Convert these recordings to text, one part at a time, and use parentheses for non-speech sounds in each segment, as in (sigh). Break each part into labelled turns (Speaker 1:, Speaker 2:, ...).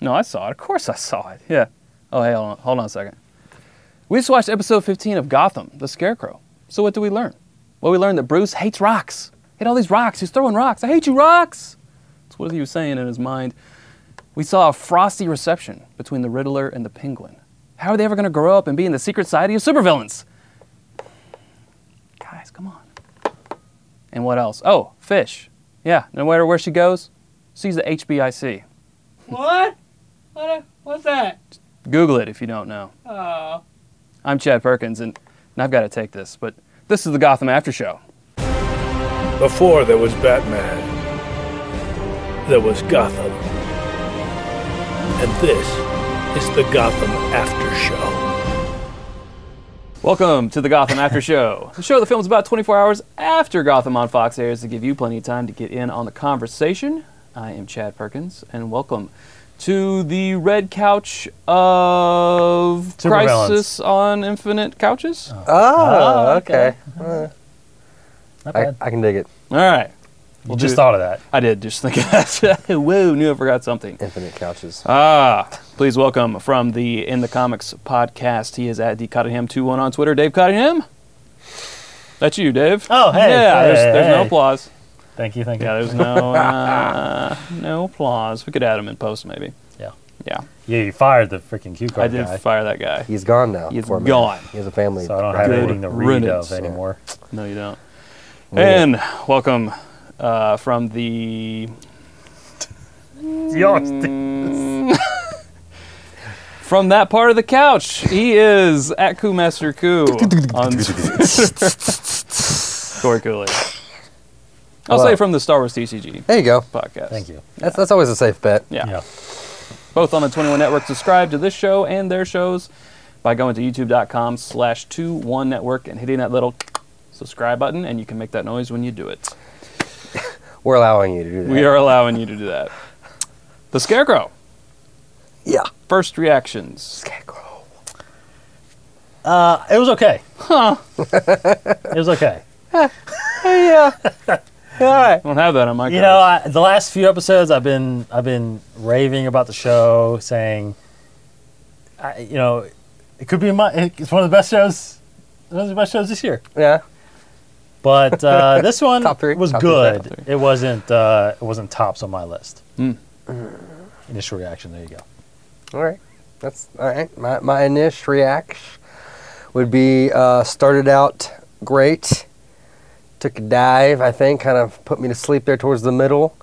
Speaker 1: No, I saw it. Of course I saw it. Yeah. Oh, hey, hold on, hold on a second. We just watched episode 15 of Gotham, The Scarecrow. So what do we learn? Well, we learned that Bruce hates rocks. Hate all these rocks. He's throwing rocks. I hate you, rocks. That's what he was saying in his mind. We saw a frosty reception between the Riddler and the Penguin. How are they ever going to grow up and be in the secret society of supervillains? Guys, come on. And what else? Oh, Fish. Yeah, no matter where she goes, sees the HBIC.
Speaker 2: What? What? What's that?
Speaker 1: Google it if you don't know.
Speaker 2: Oh.
Speaker 1: I'm Chad Perkins, and, and I've got to take this, but this is the Gotham After Show.
Speaker 3: Before there was Batman, there was Gotham. And this is the Gotham After Show.
Speaker 1: Welcome to the Gotham After Show, the show that films about 24 hours after Gotham on Fox airs to give you plenty of time to get in on the conversation. I am Chad Perkins, and welcome to the red couch of
Speaker 4: Supervillains.
Speaker 1: Crisis on Infinite Couches.
Speaker 5: Oh,
Speaker 4: okay.
Speaker 5: okay.
Speaker 4: Not
Speaker 5: I,
Speaker 4: bad.
Speaker 5: I can dig it.
Speaker 1: All right,
Speaker 4: you just
Speaker 1: do-
Speaker 4: thought of that.
Speaker 1: I did just think of that. (laughs) Whoa, knew I forgot something.
Speaker 5: Infinite couches.
Speaker 1: Ah, please welcome from the In the Comics podcast. He is at D Cottingham21 on Twitter. Dave Cottingham? That's you, Dave.
Speaker 4: Oh, hey,
Speaker 1: Yeah,
Speaker 4: hey,
Speaker 1: there's, there's no
Speaker 4: hey.
Speaker 1: applause.
Speaker 4: Thank you. Thank you.
Speaker 1: Yeah, (laughs) there's no uh, no applause. We could add him in post, maybe.
Speaker 4: yeah.
Speaker 1: Yeah,
Speaker 4: Yeah, you fired the freaking cue
Speaker 1: I
Speaker 4: card
Speaker 1: did
Speaker 4: guy,
Speaker 1: fire that guy.
Speaker 5: He's gone now.
Speaker 1: He's
Speaker 5: poor man.
Speaker 1: gone.
Speaker 5: He has a family.
Speaker 4: so I don't have
Speaker 1: Good
Speaker 4: anything to read
Speaker 1: riddance.
Speaker 4: of anymore.
Speaker 1: No, you don't.
Speaker 5: Yeah.
Speaker 1: And welcome uh, from the Mm. (laughs) from that part of the couch. He is at Coup Master Coup
Speaker 4: (laughs)
Speaker 1: on Twitter. Corey Cooley. I'll
Speaker 5: Hello.
Speaker 1: say from the Star Wars TCG
Speaker 5: There you go.
Speaker 1: podcast.
Speaker 4: Thank you.
Speaker 5: That's, that's always a safe bet.
Speaker 1: Yeah.
Speaker 4: Yeah.
Speaker 1: both on the 21 Network. Subscribe to this show and their shows by going to youtube.com slash 21 Network and hitting that little subscribe button, and you can make that noise when you do it.
Speaker 5: We're allowing you to do that.
Speaker 1: We are allowing you to do that. The Scarecrow.
Speaker 5: Yeah.
Speaker 1: First reactions.
Speaker 5: Scarecrow.
Speaker 4: Uh, it was okay. Huh. it was okay.
Speaker 5: Yeah. (laughs) All right.
Speaker 1: I don't have that on my
Speaker 4: You
Speaker 1: cards.
Speaker 4: know, I, the last few episodes, I've been I've been raving about the show, saying, I, you know, it could be my. It's one of the best shows. One of the best shows this year.
Speaker 5: Yeah.
Speaker 4: But uh,
Speaker 5: (laughs)
Speaker 4: this one
Speaker 5: Top three,
Speaker 4: was
Speaker 5: top three,
Speaker 4: good.
Speaker 1: top
Speaker 4: it wasn't. Uh, it wasn't tops on my list.
Speaker 1: Hmm.
Speaker 4: Initial reaction. There you go.
Speaker 5: All right. That's all right. My, my initial reaction would be uh, started out great, took a dive, I think, kind of put me to sleep there towards the middle,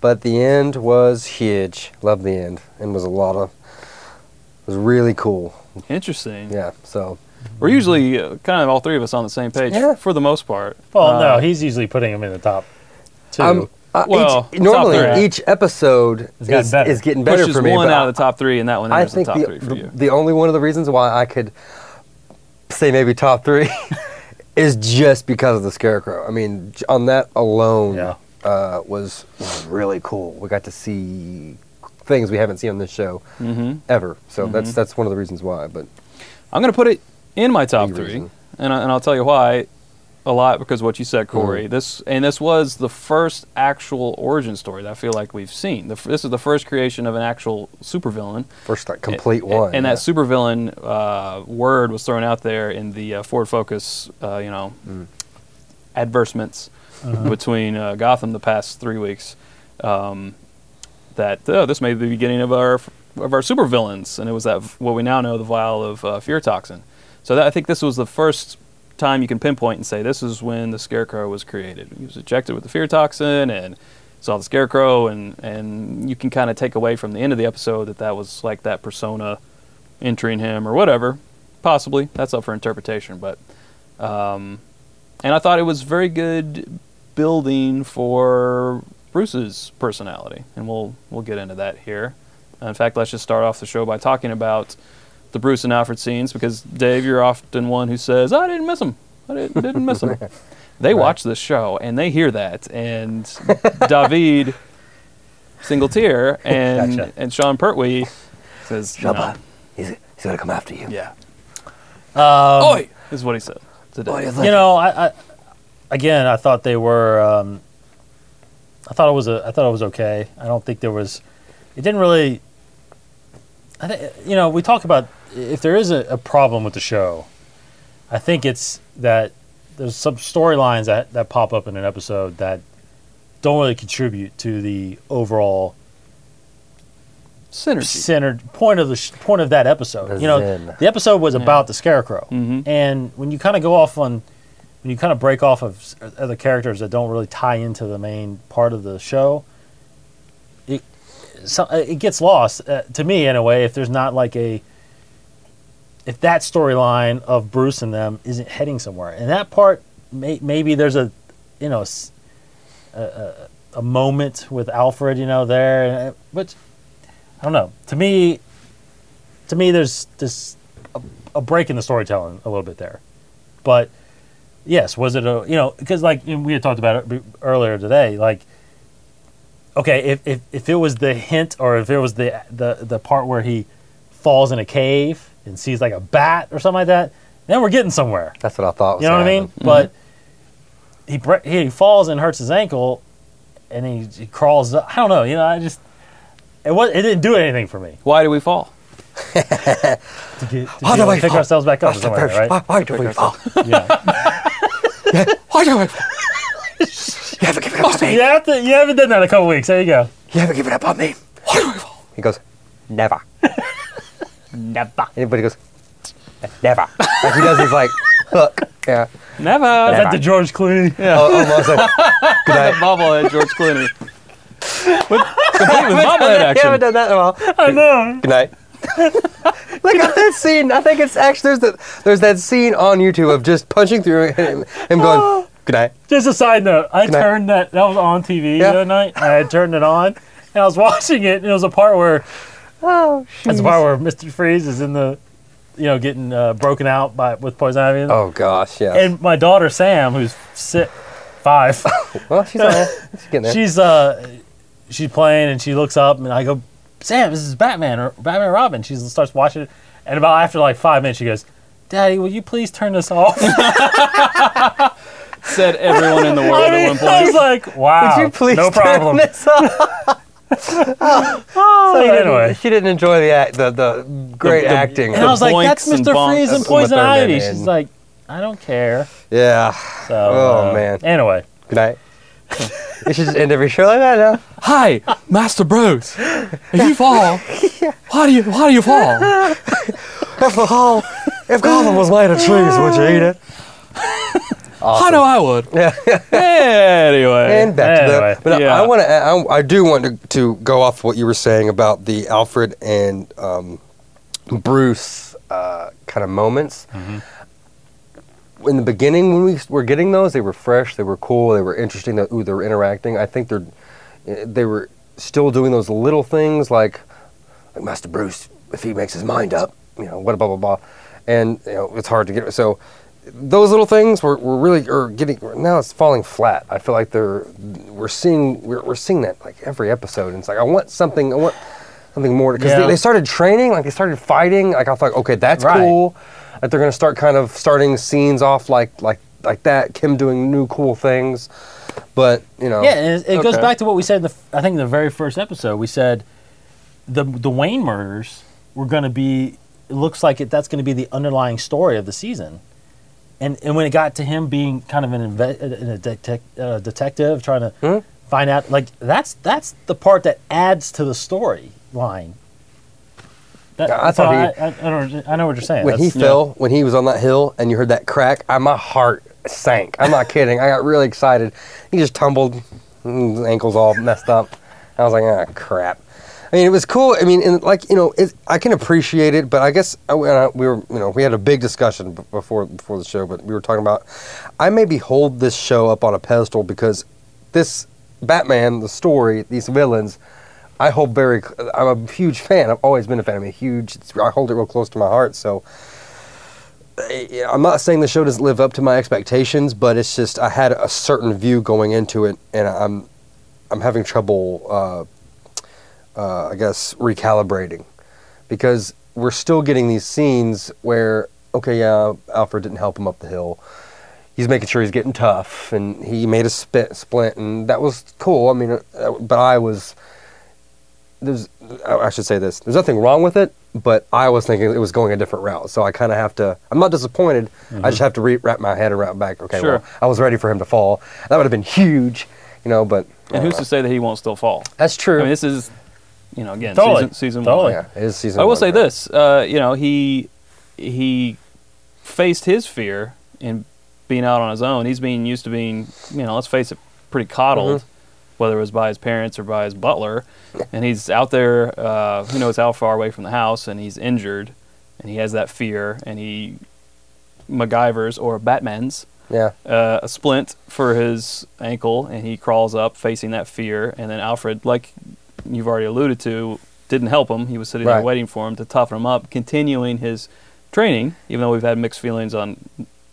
Speaker 5: but the end was huge. Loved the end. And was a lot of, was really cool.
Speaker 1: Interesting.
Speaker 5: Yeah. So,
Speaker 1: We're usually uh, kind of all three of us on the same page
Speaker 5: Yeah.
Speaker 1: for the most part.
Speaker 4: Well,
Speaker 1: Uh,
Speaker 4: no, he's usually putting him in the top 2
Speaker 5: Um, uh,
Speaker 1: Well,
Speaker 5: each, normally
Speaker 1: top
Speaker 5: each episode
Speaker 4: It's gotten
Speaker 5: is,
Speaker 4: better.
Speaker 5: is getting better
Speaker 1: Which is
Speaker 5: for me.
Speaker 1: one
Speaker 5: but
Speaker 1: out of the top three, and that one
Speaker 5: I, I
Speaker 1: enters the
Speaker 5: think
Speaker 1: top
Speaker 5: the,
Speaker 1: three for
Speaker 5: the,
Speaker 1: you.
Speaker 5: the only one of the reasons why I could say maybe top three (laughs) is just because of the scarecrow. I mean, j- on that alone
Speaker 4: Yeah.
Speaker 5: uh, was was really cool. We got to see things we haven't seen on this show
Speaker 1: mm-hmm.
Speaker 5: ever. So that's that's one of the reasons why. But
Speaker 1: I'm going to put it in my top
Speaker 5: Big
Speaker 1: three,
Speaker 5: reason.
Speaker 1: and, I, and I'll tell you why. A lot because what you said,
Speaker 5: Mm.
Speaker 1: Corey. This and this was the first actual origin story that I feel like we've seen. The, f- this is the first creation of an actual supervillain.
Speaker 5: first, like complete
Speaker 1: A-
Speaker 5: one.
Speaker 1: And
Speaker 5: yeah.
Speaker 1: that supervillain uh, word was thrown out there in the uh, Ford Focus, uh, you know,
Speaker 5: Mm.
Speaker 1: advertisements between uh, Gotham the past three weeks. Um, that oh, this may be the beginning of our of our supervillains, and it was that v- what we now know the vial of uh, fear toxin. So that, I think this was the first time you can pinpoint and say this is when the Scarecrow was created. He was injected with the fear toxin and saw the Scarecrow, and and you can kind of take away from the end of the episode that that was like that persona entering him or whatever. Possibly that's up for interpretation, but um, and I thought it was very good building for Bruce's personality, and we'll we'll get into that here. Uh, In fact, let's just start off the show by talking about the Bruce and Alfred scenes because Dave, you're often one who says, "I didn't miss him. I didn't, didn't miss him." They watch this show and they hear that, and David Singletier and
Speaker 4: Gotcha.
Speaker 1: and Sean Pertwee says, you know,
Speaker 5: Jabba, he's, he's gonna come after you.
Speaker 1: "Yeah,
Speaker 5: oh,
Speaker 4: Um,
Speaker 1: oi," is what he said. to Dave.
Speaker 5: Boy, it's
Speaker 4: you
Speaker 5: like-
Speaker 4: know, I, I again, I thought they were. Um, I thought it was a. I thought it was okay. I don't think there was. It didn't really I th- you know, we talk about if there is a, a problem with the show, I think it's that there's some storylines that, that pop up in an episode that don't really contribute to the overall
Speaker 1: Synergy.
Speaker 4: centered point of the sh- point of that episode.
Speaker 5: The
Speaker 4: you know,
Speaker 5: zen.
Speaker 4: the episode was about the scarecrow,
Speaker 1: Mhm.
Speaker 4: and when you kind of go off on, when you kind of break off of s- uh, other characters that don't really tie into the main part of the show, it so, it gets lost uh, to me in a way. If there's not like a if that storyline of Bruce and them isn't heading somewhere, and that part may, maybe there's a you know s- a, a, a moment with Alfred, you know, there, uh, but I don't know. To me, to me, there's this a, a break in the storytelling a little bit there, but yes, was it a you know because like and we had talked about it b- earlier today, like okay, if, if if it was the hint or if it was the the the part where he falls in a cave and sees like a bat or something like that, then we're getting somewhere.
Speaker 5: That's what I thought. Was
Speaker 4: You know what I
Speaker 5: gonna
Speaker 4: mean?
Speaker 5: happen.
Speaker 4: But
Speaker 5: Mm-hmm.
Speaker 4: he bre- he falls and hurts his ankle, and he, he crawls. Up. I don't know. You know, I just it was it didn't do anything for me
Speaker 1: Why do we fall?
Speaker 4: to get to
Speaker 5: Why
Speaker 4: be
Speaker 5: do
Speaker 4: able to
Speaker 5: we
Speaker 4: pick
Speaker 5: fall?
Speaker 4: ourselves back up.
Speaker 5: That's
Speaker 4: or
Speaker 5: the
Speaker 4: something like that,
Speaker 5: perfect- why,
Speaker 4: right?
Speaker 5: why do we fall?
Speaker 4: Yeah.
Speaker 5: (laughs) Why do we fall? You haven't given up on me.
Speaker 4: you have to. You haven't done that in a couple weeks. There you go.
Speaker 5: You haven't given up on me. Why do we fall? He goes, never.
Speaker 1: Never.
Speaker 5: Anybody goes, never. Like he does his like hook. Oh, Yeah.
Speaker 1: Never.
Speaker 4: Is that the George Clooney?
Speaker 5: (laughs)
Speaker 1: (laughs)
Speaker 5: yeah. almost like,
Speaker 1: the
Speaker 5: good (laughs) night.
Speaker 1: bobblehead George Clooney. With, complete with bobblehead
Speaker 5: I haven't
Speaker 1: action.
Speaker 5: done that in a while.
Speaker 4: I know.
Speaker 5: Good night. (laughs) Look at that scene. I think it's actually there's that there's that scene on YouTube of just punching through it and him (gasps) going, "Good night."
Speaker 4: Just a side note. I
Speaker 5: night.
Speaker 4: turned that. That was on TV
Speaker 5: Yeah.
Speaker 4: the other night. I had turned it on, and I was (laughs) watching it. And it was a part where
Speaker 5: Oh,
Speaker 4: that's the part where Mister Freeze is in the, you know, getting uh, broken out by with poison ivy.
Speaker 5: Oh gosh, yeah.
Speaker 4: And my daughter Sam, who's si
Speaker 5: (laughs)
Speaker 4: five,
Speaker 5: well, she's, all (laughs) right. she's getting there.
Speaker 4: she's uh, she's playing and she looks up and I go, Sam, this is Batman or Batman and Robin. She starts watching it, and about after like five minutes, she goes, Daddy, will you please turn this off? (laughs) I
Speaker 1: Said everyone in the world at one
Speaker 4: mean, (laughs) I
Speaker 1: point.
Speaker 4: was like, Wow,
Speaker 5: (laughs) Would you please
Speaker 4: no problem.
Speaker 5: turn this off?
Speaker 4: So
Speaker 5: She didn't-
Speaker 4: anyway,
Speaker 5: she didn't enjoy the act, the, the great
Speaker 1: the-
Speaker 5: acting.
Speaker 4: and I was like, That's
Speaker 1: boinks and
Speaker 4: Mister Freeze
Speaker 1: bonks.
Speaker 4: and
Speaker 5: That's what
Speaker 4: Poison
Speaker 5: they're
Speaker 4: Ivy.
Speaker 5: in.
Speaker 4: She's like, I don't care.
Speaker 5: yeah.
Speaker 4: So,
Speaker 5: Oh,
Speaker 4: uh,
Speaker 5: man.
Speaker 4: Anyway, (laughs)
Speaker 5: Good night. you should just end every show like that now.
Speaker 1: Hi, Master Bros. If you fall, why do you why do you fall?
Speaker 5: If the hall, if Gotham was made of trees, would you eat it?
Speaker 1: I know I would.
Speaker 5: Yeah.
Speaker 1: Anyway.
Speaker 5: And back
Speaker 4: Anyway,
Speaker 5: to the. But
Speaker 1: yeah.
Speaker 5: I, want to. I, I do want to, to go off what you were saying about the Alfred and um, Bruce uh, kind of moments.
Speaker 4: Mm-hmm.
Speaker 5: In the beginning, when we were getting those, they were fresh. They were cool. They were interesting. That ooh, they were interacting. I think they're they were still doing those little things like like Master Bruce, if he makes his mind up, you know, what blah blah blah, and you know it's hard to get. So those little things were, were really are getting now it's falling flat. I feel like they're we're seeing we're, we're seeing that like every episode. And it's like I want something I want something more because
Speaker 4: Yeah.
Speaker 5: they, they started training like they started fighting. Like I thought okay that's
Speaker 4: Right.
Speaker 5: cool. Like they're gonna start kind of starting scenes off like like like that. Kim doing new cool things, but you know
Speaker 4: Yeah, and it, it goes
Speaker 1: Okay.
Speaker 4: back to what we said in the f- I think in the very first episode. We said the the Wayne murders were going to be it looks like it that's going to be the underlying story of the season. And and when it got to him being kind of an inve- an a detec- uh, detective trying to
Speaker 5: Mhm.
Speaker 4: find out like that's that's the part that adds to the story line. That,
Speaker 5: I
Speaker 4: so
Speaker 5: thought he-
Speaker 4: I, I, I, don't, I know what you're saying.
Speaker 5: when he
Speaker 4: That's-
Speaker 5: fell, when he was on that hill, and you heard that crack, I, my heart sank. I'm not kidding. I got really excited. He just tumbled, mm, his ankles all messed up. I was like, ah, crap. I mean, it was cool. I mean, and like you know, it, I can appreciate it, but I guess I, when I- we were, you know, we had a big discussion b- before before the show, but we were talking about I maybe hold this show up on a pedestal because this Batman, the story, these villains, I hold very. cl- I'm a huge fan. I've always been a fan. I'm a huge. it's- I hold it real close to my heart. So I- I'm not saying the show doesn't live up to my expectations, but it's just I had a certain view going into it, and I'm I'm having trouble. Uh, uh, I guess recalibrating because we're still getting these scenes where okay, yeah, Alfred didn't help him up the hill. He's making sure he's getting tough, and he made a spit, splint, and that was cool. I mean, uh, but I was there's I I should say this. There's nothing wrong with it, but I was thinking it was going a different route. So I kind of have to. I'm not disappointed. I just have to re- wrap my head around back. Okay,
Speaker 1: Sure.
Speaker 5: well, I was ready for him to fall. That would have been huge, you know. But I
Speaker 1: And
Speaker 5: don't
Speaker 1: who's
Speaker 5: know.
Speaker 1: to say that he won't still fall?
Speaker 5: That's
Speaker 1: I
Speaker 5: true.
Speaker 1: mean, this is, you know, again,
Speaker 4: Totally.
Speaker 1: season, season
Speaker 4: Totally.
Speaker 1: one.
Speaker 5: yeah, it is season.
Speaker 1: I will
Speaker 5: one,
Speaker 1: say
Speaker 5: right?
Speaker 1: this. Uh, you know, he he faced his fear in being out on his own. He's being used to being, you know, let's face it, pretty coddled, whether it was by his parents or by his butler. And he's out there, uh, who knows how far away from the house, and he's injured, and he has that fear, and he MacGyver's or Batman's
Speaker 5: Yeah,
Speaker 1: uh, a splint for his ankle, and he crawls up facing that fear. And then Alfred, like you've already alluded to, didn't help him. He was sitting
Speaker 5: Right.
Speaker 1: there waiting for him to toughen him up, continuing his training, even though we've had mixed feelings on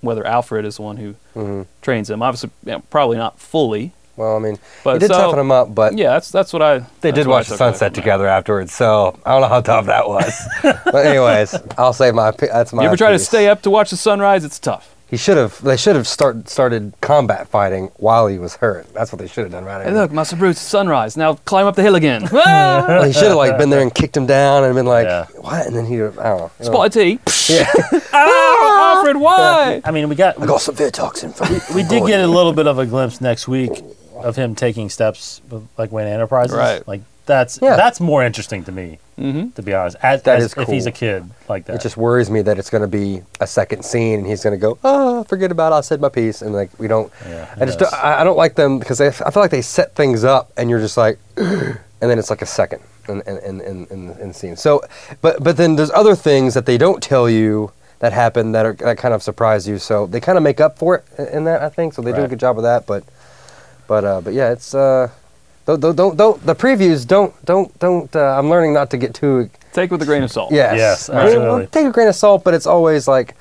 Speaker 1: whether Alfred is the one who
Speaker 5: Mhm.
Speaker 1: trains him. Obviously, you know, probably not fully.
Speaker 5: Well, I mean,
Speaker 1: But
Speaker 5: he did
Speaker 1: so-
Speaker 5: toughen him up, but
Speaker 1: Yeah, that's that's what I.
Speaker 5: they
Speaker 1: that's
Speaker 5: did
Speaker 1: what I
Speaker 5: watch the
Speaker 1: took away
Speaker 5: sunset
Speaker 1: from that.
Speaker 5: together afterwards. So I don't know how tough that was. (laughs) but anyways, I'll say my. opi- That's my.
Speaker 1: You ever try to
Speaker 5: piece.
Speaker 1: stay up to watch the sunrise? It's tough.
Speaker 5: He should have. They should have start, started combat fighting while he was hurt. That's what they should have done, right?
Speaker 1: Hey, look, Master Bruce, it's sunrise. Now climb up the hill
Speaker 5: (laughs)
Speaker 1: again.
Speaker 5: Well, he should have
Speaker 1: (laughs)
Speaker 5: like been there and kicked him down and been like,
Speaker 4: Yeah.
Speaker 5: "What?" And then he, I don't know.
Speaker 1: Spotted tea. (laughs)
Speaker 5: Yeah.
Speaker 1: Ow, Ah, Alfred, why?
Speaker 5: (laughs)
Speaker 4: I mean, we got
Speaker 5: I got some Vitoxin for you.
Speaker 4: we did get a little bit of a glimpse next week of him taking steps with, like Wayne Enterprises.
Speaker 1: Right.
Speaker 4: Like that's
Speaker 5: Yeah.
Speaker 4: that's more interesting to me,
Speaker 1: Mhm.
Speaker 4: to be honest. As,
Speaker 5: That
Speaker 4: as
Speaker 5: is
Speaker 4: if he's a
Speaker 5: cool.
Speaker 4: kid like that.
Speaker 5: It just worries me that it's going to be a second scene and he's going to go, "Ah, forget about it. I said my piece." And like we don't.
Speaker 4: Yeah,
Speaker 5: I just
Speaker 4: yes.
Speaker 5: don't, I I don't like them because I, f- I feel like they set things up and you're just like, (clears throat) and then it's like a second in in in in, in, in the scene. So, but but then there's other things that they don't tell you that happen that are that kind of surprise you. So they kind of make up for it i- in that I think. So they do a
Speaker 4: Right.
Speaker 5: good job of that. But but uh, but yeah, it's. Uh, don't, don't, don't, don't, the previews don't, don't, don't, uh, I'm learning not to get too
Speaker 1: Take with a grain of salt.
Speaker 5: Yes.
Speaker 4: Yes,
Speaker 5: I mean, we'll
Speaker 4: absolutely.
Speaker 5: take a grain of salt, but it's always like,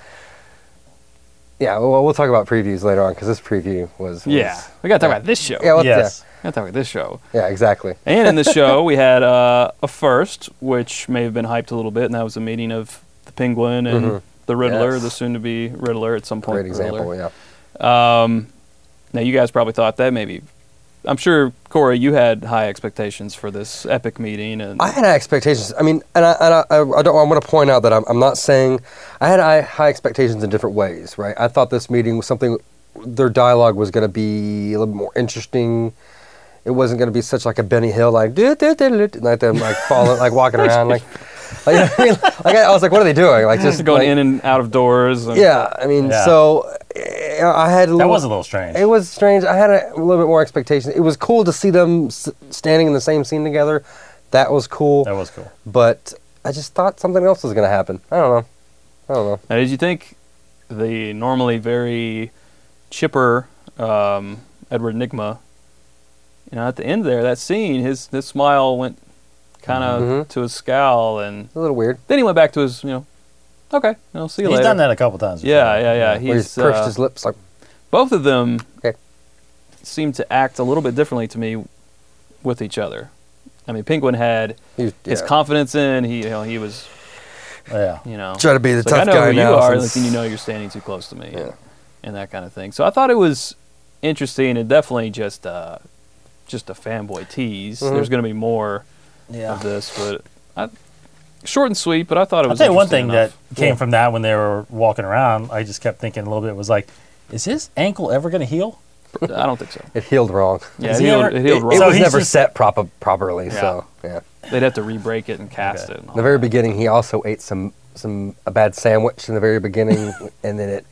Speaker 5: yeah, well, we'll talk about previews later on because this preview was, was-
Speaker 1: Yeah, we gotta talk about this show.
Speaker 5: Yeah, well,
Speaker 4: yes.
Speaker 1: we gotta talk about this show.
Speaker 5: yeah, exactly.
Speaker 1: And in this show, we had uh, a first, which may have been hyped a little bit, and that was a meeting of the Penguin and
Speaker 5: Mhm.
Speaker 1: the Riddler,
Speaker 5: Yes.
Speaker 1: the soon-to-be Riddler at some point.
Speaker 5: Great example,
Speaker 1: Riddler.
Speaker 5: yeah.
Speaker 1: Um, now you guys probably thought that maybe. I'm sure Corey, you had high expectations for this epic meeting, and
Speaker 5: I had high expectations. I mean, and I, and I, I, I don't. I want to point out that I'm, I'm not saying I had high, high expectations in different ways, right? I thought this meeting was something. Their dialogue was going to be a little more interesting. It wasn't going to be such like a Benny Hill, like "Doo, doo, doo, doo, doo," like them, like falling,
Speaker 1: (laughs)
Speaker 5: like walking around, like, like, (laughs) you know what I, mean? like I, I was like, what are they doing? Like just
Speaker 1: just going
Speaker 5: like-
Speaker 1: in and out of doors. And
Speaker 5: Yeah, I mean,
Speaker 4: Yeah.
Speaker 5: so eh, I had a little,
Speaker 4: that was a little strange.
Speaker 5: It was strange. I had a little bit more expectation. It was cool to see them s- standing in the same scene together. That was cool.
Speaker 4: that was cool.
Speaker 5: But I just thought something else was going to happen. I don't know. I don't know.
Speaker 1: Now, did you think the normally very chipper um, Edward Nigma, you know, at the end there, that scene, his his smile went kind of
Speaker 5: Mhm.
Speaker 1: to his scowl, and
Speaker 5: It's a little weird.
Speaker 1: then he went back to his, you know, okay, I'll see you
Speaker 4: He's
Speaker 1: later.
Speaker 4: done that a couple times. before.
Speaker 1: Yeah, yeah, yeah.
Speaker 5: Where
Speaker 1: He's,
Speaker 5: he pursed
Speaker 1: uh,
Speaker 5: his lips like,
Speaker 1: both of them
Speaker 5: Okay.
Speaker 1: seemed to act a little bit differently to me with each other. I mean, Penguin had
Speaker 5: he was,
Speaker 1: his
Speaker 5: yeah.
Speaker 1: confidence in. He, you know, he was,
Speaker 4: Oh, yeah.
Speaker 1: you know,
Speaker 5: Try to be the
Speaker 1: It's
Speaker 5: tough
Speaker 1: like, I know
Speaker 5: guy
Speaker 1: who
Speaker 5: now.
Speaker 1: you are, like,
Speaker 5: since-
Speaker 1: and you know you're standing too close to me,
Speaker 5: Yeah.
Speaker 1: and, and that kind of thing. So I thought it was interesting and definitely just uh, just a fanboy tease.
Speaker 5: Mhm.
Speaker 1: There's going to be more of this, but I, short and sweet. But I thought it
Speaker 4: I'll
Speaker 1: was.
Speaker 4: tell you one thing
Speaker 1: interesting enough.
Speaker 4: that came
Speaker 5: Yeah.
Speaker 4: from that when they were walking around. I just kept thinking a little bit was like, is his ankle ever going to heal?
Speaker 1: I don't think so.
Speaker 5: It healed wrong.
Speaker 1: Yeah,
Speaker 4: Is
Speaker 1: it
Speaker 4: he
Speaker 1: healed,
Speaker 4: ever-
Speaker 1: it healed
Speaker 5: It
Speaker 1: wrong.
Speaker 4: So
Speaker 5: was
Speaker 4: he's
Speaker 5: never
Speaker 4: just-
Speaker 5: set proper, properly, so yeah.
Speaker 1: They'd have to re-break it and cast
Speaker 4: Okay.
Speaker 1: it. And all
Speaker 5: In the very
Speaker 1: that.
Speaker 5: beginning, he also ate some some a bad sandwich in the
Speaker 1: (laughs)
Speaker 5: very beginning, and then it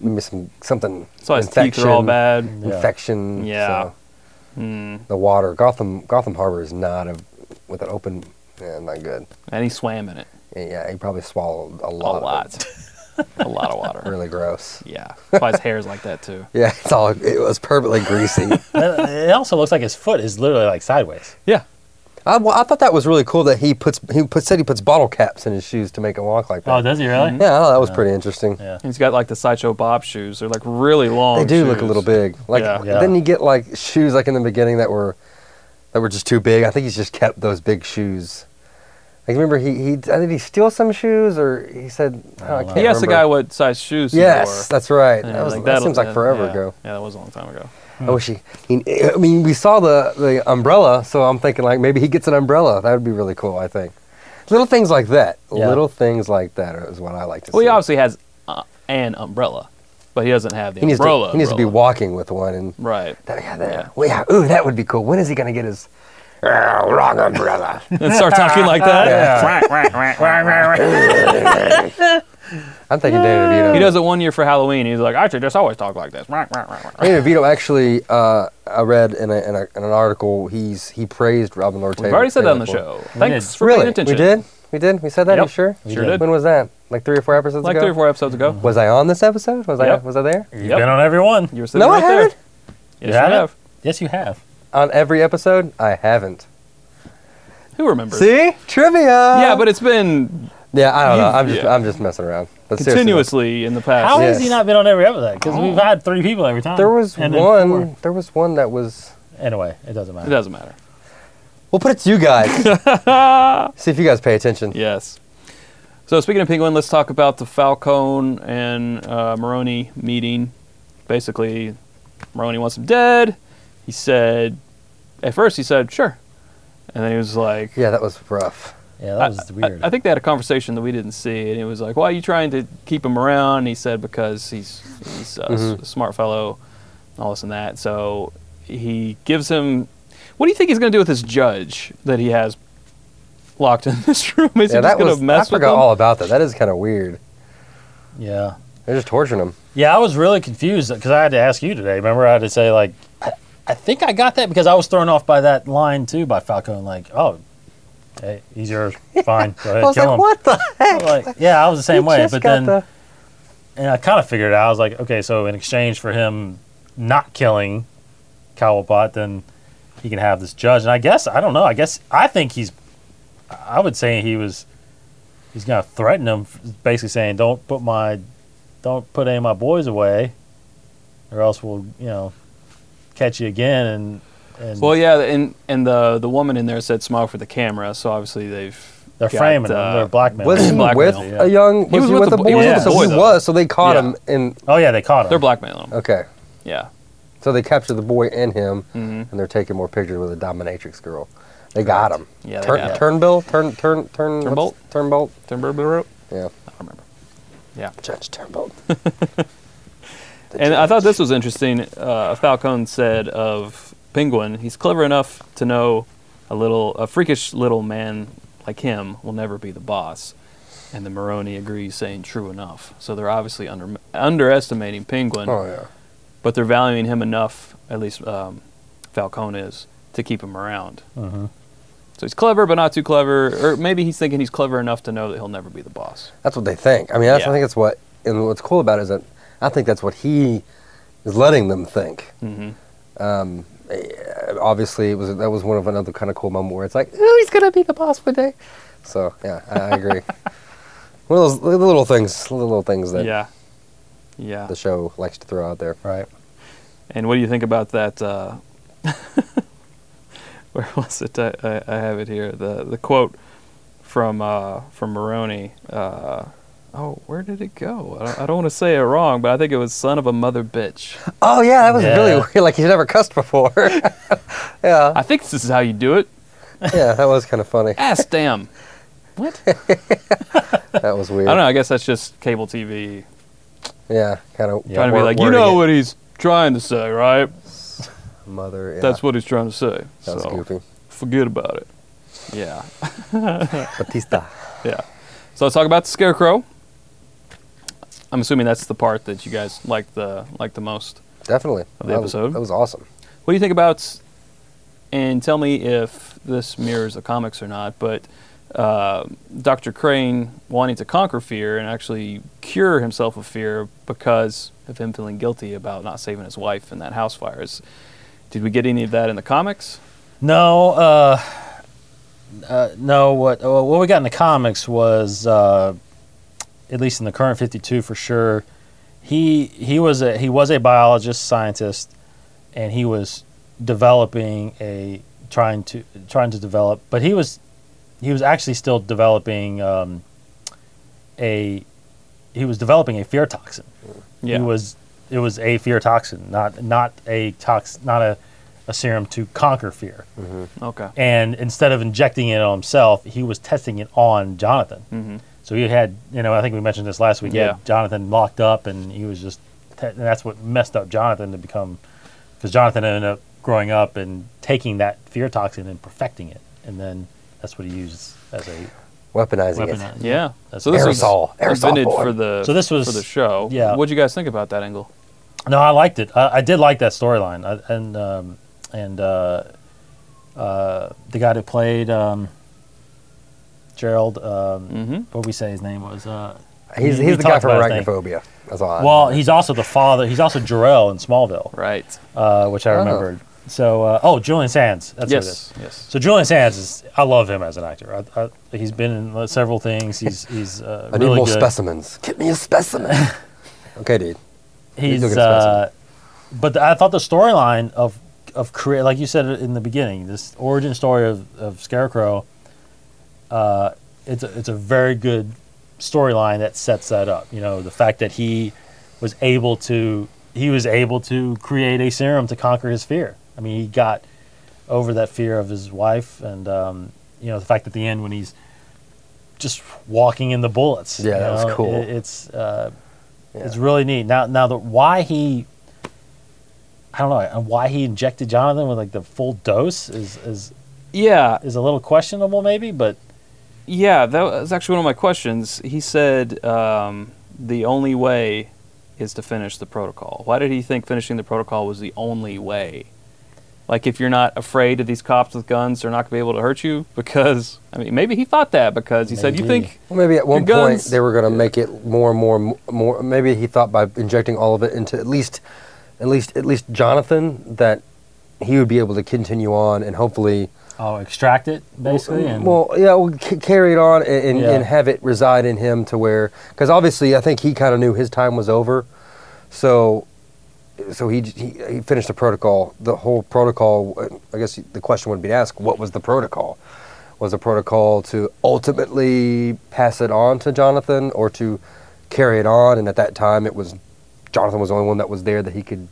Speaker 5: maybe some something
Speaker 1: So his teeth are all bad.
Speaker 4: Yeah.
Speaker 5: infection.
Speaker 1: Yeah.
Speaker 5: so
Speaker 1: Mm.
Speaker 5: the water, Gotham Gotham Harbor is not a with an open. Yeah, not good.
Speaker 1: And he swam in it
Speaker 5: Yeah, he probably swallowed a
Speaker 1: a
Speaker 5: lot.
Speaker 1: lot,
Speaker 5: Of
Speaker 1: a lot of water.
Speaker 5: it. Really gross.
Speaker 1: (laughs) Yeah, that's why his hair's like that
Speaker 5: (laughs)
Speaker 1: too.
Speaker 5: Yeah, it's all. It was
Speaker 1: (laughs)
Speaker 5: perfectly greasy.
Speaker 4: And (laughs) it also looks like his foot is literally like sideways.
Speaker 1: Yeah,
Speaker 5: I, well, I thought that was really cool that he puts he put, said he puts bottle caps in his shoes to make him walk like
Speaker 1: Oh,
Speaker 5: that.
Speaker 4: does he really?
Speaker 1: Mm-hmm.
Speaker 5: yeah, I thought that was pretty interesting.
Speaker 4: Yeah.
Speaker 1: he's got like the sideshow Bob shoes. They're like really long.
Speaker 5: They do look a
Speaker 1: shoes.
Speaker 5: little big. Like
Speaker 1: Yeah.
Speaker 4: Yeah.
Speaker 5: then you get like shoes like in the beginning that were that were just too big. I think he's just kept those big shoes. Like remember he he did he steal some shoes or he said oh, I
Speaker 4: don't know.
Speaker 5: can't
Speaker 1: He asked the
Speaker 5: remember.
Speaker 1: guy what size shoes he wore.
Speaker 5: Yes, that's right.
Speaker 1: And
Speaker 5: that, was,
Speaker 1: like,
Speaker 5: that
Speaker 1: that'll-
Speaker 5: seems like forever
Speaker 1: yeah.
Speaker 5: ago.
Speaker 1: Yeah, that was a long time ago.
Speaker 4: Hmm.
Speaker 5: I wish he, he. I mean, we saw the the umbrella, so I'm thinking like maybe he gets an umbrella. That would be really cool. I think little things like that.
Speaker 4: Yeah.
Speaker 5: Little things like that is what I like to
Speaker 1: Well,
Speaker 5: see.
Speaker 1: he obviously has uh, an umbrella, but he doesn't have the
Speaker 5: he needs,
Speaker 1: umbrella.
Speaker 5: to, he needs to be
Speaker 1: umbrella.
Speaker 5: walking with one, and
Speaker 1: Right. (laughs)
Speaker 5: that, yeah, that, well, yeah, ooh, that would be cool. When is he gonna get his uh,
Speaker 1: (laughs)
Speaker 5: wrong umbrella?
Speaker 1: And start talking like
Speaker 5: (laughs)
Speaker 1: that.
Speaker 5: I'm thinking Danny DeVito.
Speaker 1: He does it one year for Halloween. He's like, actually, just always talk like this.
Speaker 5: Danny DeVito actually, uh, I read in, a, in, a, in an article, he's he praised Robin Lord Taylor.
Speaker 1: We've already said that on the
Speaker 5: Taylor for-
Speaker 1: show. Thanks
Speaker 4: did.
Speaker 1: for
Speaker 5: Really?
Speaker 1: paying attention.
Speaker 5: We did? We did? We said that?
Speaker 1: Yep.
Speaker 5: You sure?
Speaker 1: We Sure did. did.
Speaker 5: When was that? Like three or four episodes
Speaker 1: Like
Speaker 5: ago?
Speaker 1: three or four episodes ago.
Speaker 5: Was I on this episode? Was
Speaker 1: Yep.
Speaker 5: I was I there?
Speaker 4: You've
Speaker 1: Yep.
Speaker 4: been on every one.
Speaker 1: You were sitting
Speaker 5: No, I
Speaker 1: right there.
Speaker 5: haven't.
Speaker 1: Yes,
Speaker 4: You
Speaker 1: you
Speaker 4: haven't?
Speaker 1: have.
Speaker 4: Yes, you have.
Speaker 5: On every episode? I haven't.
Speaker 1: Who remembers?
Speaker 5: See? Trivia.
Speaker 1: Yeah, but it's been
Speaker 5: Yeah, I don't know. I'm just
Speaker 1: yeah.
Speaker 5: I'm just messing around. But seriously,
Speaker 1: continuously in the past.
Speaker 4: How
Speaker 5: Yes. Oh.
Speaker 4: has he not been on every episode? Because we've had three people every time.
Speaker 5: there was
Speaker 4: And then
Speaker 5: one
Speaker 4: four.
Speaker 5: there was one that was
Speaker 4: Anyway, it doesn't matter.
Speaker 1: It doesn't matter.
Speaker 5: Well put it to
Speaker 1: (laughs)
Speaker 5: you guys. See if you guys pay attention.
Speaker 1: Yes. So speaking of Penguin, let's talk about the Falcone and uh, Maroni meeting. Basically, Maroni wants him dead. He said, at first he said sure, and then he was like,
Speaker 5: Yeah, that was rough.
Speaker 4: Yeah, that was weird.
Speaker 1: I, I think they had a conversation that we didn't see, and it was like, "Why are you trying to keep him around?" And he said, "Because he's he's a s- smart fellow, and all this and that." So he gives him. What do you think he's going to do with this judge that he has locked in (laughs) this room? Is
Speaker 5: yeah,
Speaker 1: he just
Speaker 5: that
Speaker 1: going
Speaker 5: was
Speaker 1: to mess
Speaker 5: I
Speaker 1: with
Speaker 5: forgot
Speaker 1: him?
Speaker 5: all about that. That is kind of weird.
Speaker 4: yeah.
Speaker 5: They're just torturing him.
Speaker 4: Yeah, I was really confused because I had to ask you today. Remember, I had to say like, I, I think I got that because I was thrown off by that line too by Falcone. Like, oh, hey, he's yours. Fine, go ahead,
Speaker 5: (laughs) I was
Speaker 4: kill
Speaker 5: like,
Speaker 4: him.
Speaker 5: what the
Speaker 4: I
Speaker 5: heck?
Speaker 4: was like, yeah, I was the same
Speaker 5: You
Speaker 4: way.
Speaker 5: just
Speaker 4: But
Speaker 5: got
Speaker 4: then,
Speaker 5: the-
Speaker 4: and I kind of figured it out. I was like, okay, so in exchange for him not killing Cobblepot, then he can have this judge. And I guess I don't know. I guess I think he's. I would say he was. He's gonna threaten him, basically saying, "Don't put my, don't put any of my boys away, or else we'll, you know, catch you again." And and
Speaker 1: Well, yeah, and and the the woman in there said smile for the camera, so obviously they've
Speaker 4: they're
Speaker 1: got,
Speaker 4: framing him.
Speaker 1: uh,
Speaker 4: They're blackmailing.
Speaker 5: was he
Speaker 4: him.
Speaker 1: Blackmail.
Speaker 5: with
Speaker 4: Yeah.
Speaker 5: a young?
Speaker 1: He
Speaker 5: Was
Speaker 1: was
Speaker 5: he
Speaker 1: with
Speaker 5: with
Speaker 1: the
Speaker 5: the
Speaker 1: bo- he
Speaker 5: boy?
Speaker 1: was
Speaker 4: with the
Speaker 5: So
Speaker 1: boy,
Speaker 5: he
Speaker 1: though.
Speaker 5: was. So they caught
Speaker 4: Yeah.
Speaker 5: him. And
Speaker 4: Oh yeah, they caught him.
Speaker 1: they're blackmailing him.
Speaker 5: okay,
Speaker 1: Yeah,
Speaker 5: so they captured the boy and him,
Speaker 1: Mhm.
Speaker 5: and they're taking more pictures with a dominatrix girl. They got him.
Speaker 1: Yeah, they
Speaker 5: Turn,
Speaker 1: got him.
Speaker 5: Turnbill, turn, turn, turn, what's-
Speaker 1: Turnbolt?
Speaker 5: Turnbolt.
Speaker 1: Timber rope.
Speaker 5: Yeah,
Speaker 1: I don't remember. (laughs)
Speaker 5: Judge (laughs) Turnbolt.
Speaker 1: And I thought this was interesting. Uh, Falcone said of Penguin, he's clever enough to know a little, a freakish little man like him will never be the boss. And the Maroni agrees, saying true enough. So they're obviously under, underestimating Penguin,
Speaker 5: Oh yeah.
Speaker 1: but they're valuing him enough, at least um, Falcone is, to keep him around.
Speaker 4: Mhm.
Speaker 1: So he's clever, but not too clever. Or maybe he's thinking he's clever enough to know that he'll never be the boss.
Speaker 5: That's what they think. I mean, that's,
Speaker 1: Yeah.
Speaker 5: I think that's what. And what's cool about it is that I think that's what he is letting them think.
Speaker 1: hmm
Speaker 5: Uh, Obviously, it was that was one of another kind of cool moment where it's like, oh, he's gonna be the boss one day. So yeah, I, I
Speaker 1: (laughs)
Speaker 5: agree. one of those li- little things, little things that
Speaker 1: Yeah. Yeah.
Speaker 5: the show likes to throw out there.
Speaker 4: Right.
Speaker 1: And what do you think about that? Uh, (laughs) where was it? I, I, I have it here. The the quote from uh, from Maroney. Uh, oh, where did it go? I don't, I don't want to say it wrong, but I think it was "son of a mother bitch."
Speaker 5: Oh yeah, that was
Speaker 4: Yeah.
Speaker 5: really (laughs) weird. Like he's never
Speaker 1: (laughs)
Speaker 5: cussed before. yeah,
Speaker 1: I think this is how you do it.
Speaker 5: yeah, that was kind of funny.
Speaker 1: Ass damn. What? I
Speaker 5: That was weird.
Speaker 1: don't know. I guess that's just cable TV
Speaker 5: Yeah, kind of
Speaker 4: Yeah.
Speaker 1: trying to be like, you know what he's trying to say, right?
Speaker 5: mother. Yeah,
Speaker 1: That's what he's trying to say.
Speaker 5: that was
Speaker 1: so
Speaker 5: goofy.
Speaker 1: forget about it. Yeah.
Speaker 5: Batista.
Speaker 1: Yeah. So let's talk about the scarecrow. I'm assuming that's the part that you guys like the like the most.
Speaker 5: Definitely.
Speaker 1: Of the
Speaker 5: That was-
Speaker 1: episode.
Speaker 5: that was awesome.
Speaker 1: What do you think about? And tell me if this mirrors the comics or not. But uh, Dr. Crane wanting to conquer fear and actually cure himself of fear because of him feeling guilty about not saving his wife in that house fire. Is, did we get any of that in the comics?
Speaker 4: No, uh, uh, no. What uh, what we got in the comics was, uh, at least in the current Fifty Two for sure, he he was a he was a biologist scientist, and he was developing a trying to trying to develop, but he was he was actually still developing um, a he was developing a fear toxin.
Speaker 1: Yeah.
Speaker 4: He was it was a fear toxin, not not a tox, not a, a serum to conquer fear.
Speaker 1: Okay.
Speaker 4: And instead of injecting it on himself, he was testing it on Jonathan.
Speaker 1: Mm-hmm.
Speaker 4: So he had, you know, I think we mentioned this last week. he had
Speaker 1: Yeah.
Speaker 4: Jonathan locked up, and he was just, te- and that's what messed up Jonathan to become, because Jonathan ended up growing up and taking that fear toxin and perfecting it, and then that's what he used as a
Speaker 5: Weaponizing it.
Speaker 4: weapon.
Speaker 1: Yeah.
Speaker 4: That's
Speaker 1: was
Speaker 5: Aerosol. Aerosol
Speaker 1: invented
Speaker 5: boy.
Speaker 1: for the
Speaker 4: So this was-
Speaker 1: for the show.
Speaker 4: yeah.
Speaker 1: What'd you guys think about that angle?
Speaker 4: No, I liked it. I, I did like that storyline, I- and um, and uh, uh, the guy who played um, Gerald, um,
Speaker 1: Mm-hmm.
Speaker 4: what we say his name was. Uh,
Speaker 5: He's,
Speaker 4: We-
Speaker 5: he's
Speaker 4: we
Speaker 5: the guy
Speaker 4: talked
Speaker 5: from
Speaker 4: about it, I think.
Speaker 5: Arachnophobia. That's all. I
Speaker 4: well, he's also the father. He's also Jarrell in Smallville,
Speaker 1: Right.
Speaker 4: uh, which I
Speaker 5: Oh.
Speaker 4: remembered. So, uh, oh, Julian Sands. That's what it is.
Speaker 1: yes. Yes.
Speaker 4: So Julian Sands is. I love him as an actor. I, I, he's been in uh, several things. He's he's uh,
Speaker 5: I need
Speaker 4: really
Speaker 5: more
Speaker 4: good.
Speaker 5: specimens. Get me
Speaker 4: (laughs)
Speaker 5: a specimen. okay, dude.
Speaker 4: he's
Speaker 5: Look at his
Speaker 4: uh, but I thought the storyline of of create like you said in the beginning this origin story of, of Scarecrow uh, it's a, it's a very good storyline that sets that up you know the fact that he was able to he was able to create a serum to conquer his fear I mean he got over that fear of his wife and um, you know the fact at the end when he's just walking in the bullets
Speaker 5: Yeah,
Speaker 4: you
Speaker 5: that was
Speaker 4: know,
Speaker 5: cool.
Speaker 4: it- it's uh,
Speaker 5: Yeah.
Speaker 4: it's really neat. Now, now the why he, I don't know, and why he injected Jonathan with like the full dose is is
Speaker 1: Yeah.
Speaker 4: is a little questionable, maybe. But
Speaker 1: Yeah, that was actually one of my questions. He said um, the only way is to finish the protocol. Why did he think finishing the protocol was the only way? Like, if you're not afraid of these cops with guns, they're not going to be able to hurt you? Because, I mean, maybe he thought that because he said, You
Speaker 4: Maybe.
Speaker 1: think.
Speaker 5: Well, maybe at one point
Speaker 1: guns-
Speaker 5: they were going to make it more and more and more. Maybe he thought by injecting all of it into at least, at least, at least Jonathan that he would be able to continue on and hopefully,
Speaker 4: oh, extract it basically, and
Speaker 5: well, yeah, well, c- carry it on and, and,
Speaker 4: Yeah.
Speaker 5: and have it reside in him to where, because obviously I think he kind of knew his time was over, so, so he, j- he he finished the protocol. The whole protocol. uh, I guess the question would be to ask what was the protocol. was a protocol to ultimately pass it on to Jonathan or to carry it on. And at that time, it was Jonathan was the only one that was there that he could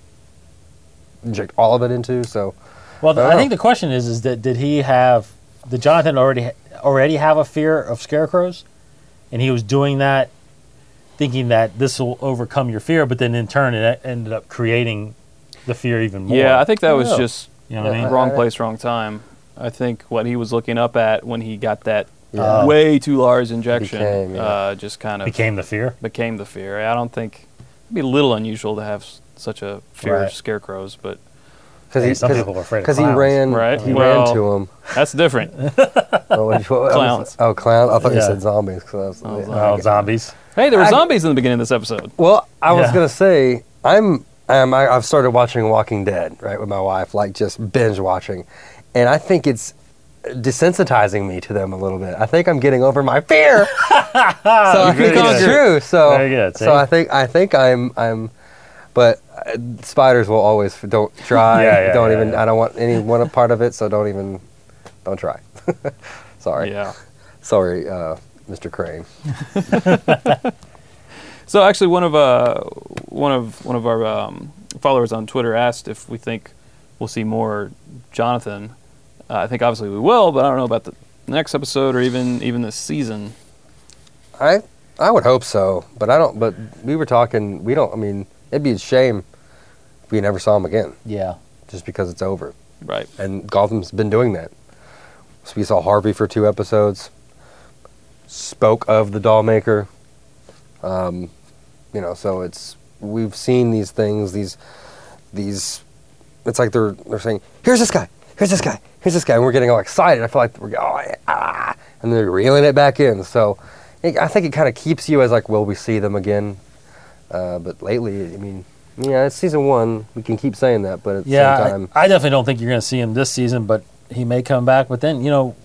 Speaker 5: inject all of it into. So
Speaker 4: well,
Speaker 5: I
Speaker 4: I,
Speaker 5: don't
Speaker 4: think
Speaker 5: know.
Speaker 4: the question is, is that did he have did Jonathan already ha- already have a fear of scarecrows, and he was doing that, thinking that this will overcome your fear, but then in turn it e-, ended up creating the fear even more.
Speaker 1: Yeah, I think that was
Speaker 5: Yeah.
Speaker 1: just
Speaker 4: you know what I mean.
Speaker 5: Uh,
Speaker 1: wrong place, wrong time. I think what he was looking up at when he got that
Speaker 4: Yeah.
Speaker 1: way too large injection
Speaker 5: Became, yeah.
Speaker 1: uh, just kind of
Speaker 4: Became the fear.
Speaker 1: became the fear. I don't think it'd be a little unusual to have s- such a fear
Speaker 4: Right.
Speaker 1: of scarecrows, but
Speaker 5: because
Speaker 4: Hey, some people were afraid of
Speaker 5: he
Speaker 4: clowns.
Speaker 5: ran
Speaker 1: Right,
Speaker 5: he
Speaker 1: well-
Speaker 5: ran to him.
Speaker 1: that's different.
Speaker 5: (laughs) Oh, what- what- what-
Speaker 1: Clowns.
Speaker 5: Oh, clown. I thought you
Speaker 4: Yeah.
Speaker 5: said zombies. 'cause I was-
Speaker 1: Oh,
Speaker 5: yeah,
Speaker 1: zombies.
Speaker 4: Well,
Speaker 5: okay.
Speaker 4: zombies.
Speaker 1: hey, there were
Speaker 5: I-
Speaker 1: zombies in the beginning of this episode.
Speaker 5: Well, I was
Speaker 4: Yeah.
Speaker 5: gonna say I'm, um, I, I've started watching Walking Dead right with my wife, like just binge watching, and I think it's desensitizing me to them a little bit. I think I'm getting over
Speaker 4: (laughs)
Speaker 5: my fear, so I
Speaker 4: very
Speaker 5: think it's
Speaker 4: good.
Speaker 5: true. So,
Speaker 4: Very good, see?
Speaker 5: so I think I think I'm I'm, but uh, spiders will always don't try.
Speaker 4: Yeah, yeah,
Speaker 5: don't
Speaker 4: yeah,
Speaker 5: even.
Speaker 4: yeah.
Speaker 5: I don't want any one part of it. So don't even, don't try. (laughs) Sorry,
Speaker 1: Yeah.
Speaker 5: sorry, uh, Mr. Crane.
Speaker 1: So actually, one of uh, one of one of our um, followers on Twitter asked if we think we'll see more Jonathan. Uh, I think obviously we will, but I don't know about the next episode or even even this season.
Speaker 5: I I would hope so, but I don't. But we were talking. We don't. I mean, it'd be a shame if we never saw him again,
Speaker 4: Yeah.
Speaker 5: just because it's over.
Speaker 1: Right.
Speaker 5: And Gotham's been doing that. So we saw Harvey for two episodes. Spoke of the Dollmaker. Um, you know, so it's we've seen these things. These these. It's like they're they're saying, "Here's this guy. Here's this guy. Here's this guy," and we're getting all excited. I feel like we're oh, yeah, ah, and they're reeling it back in. So it, I think it kind of keeps you as like, will we see them again? Uh, but lately, I mean, yeah, it's season one. We can keep saying that, but at the
Speaker 4: Yeah,
Speaker 5: same
Speaker 4: I-
Speaker 5: time,
Speaker 4: I, definitely don't think you're going to see him this season, but he may come back. But then you know,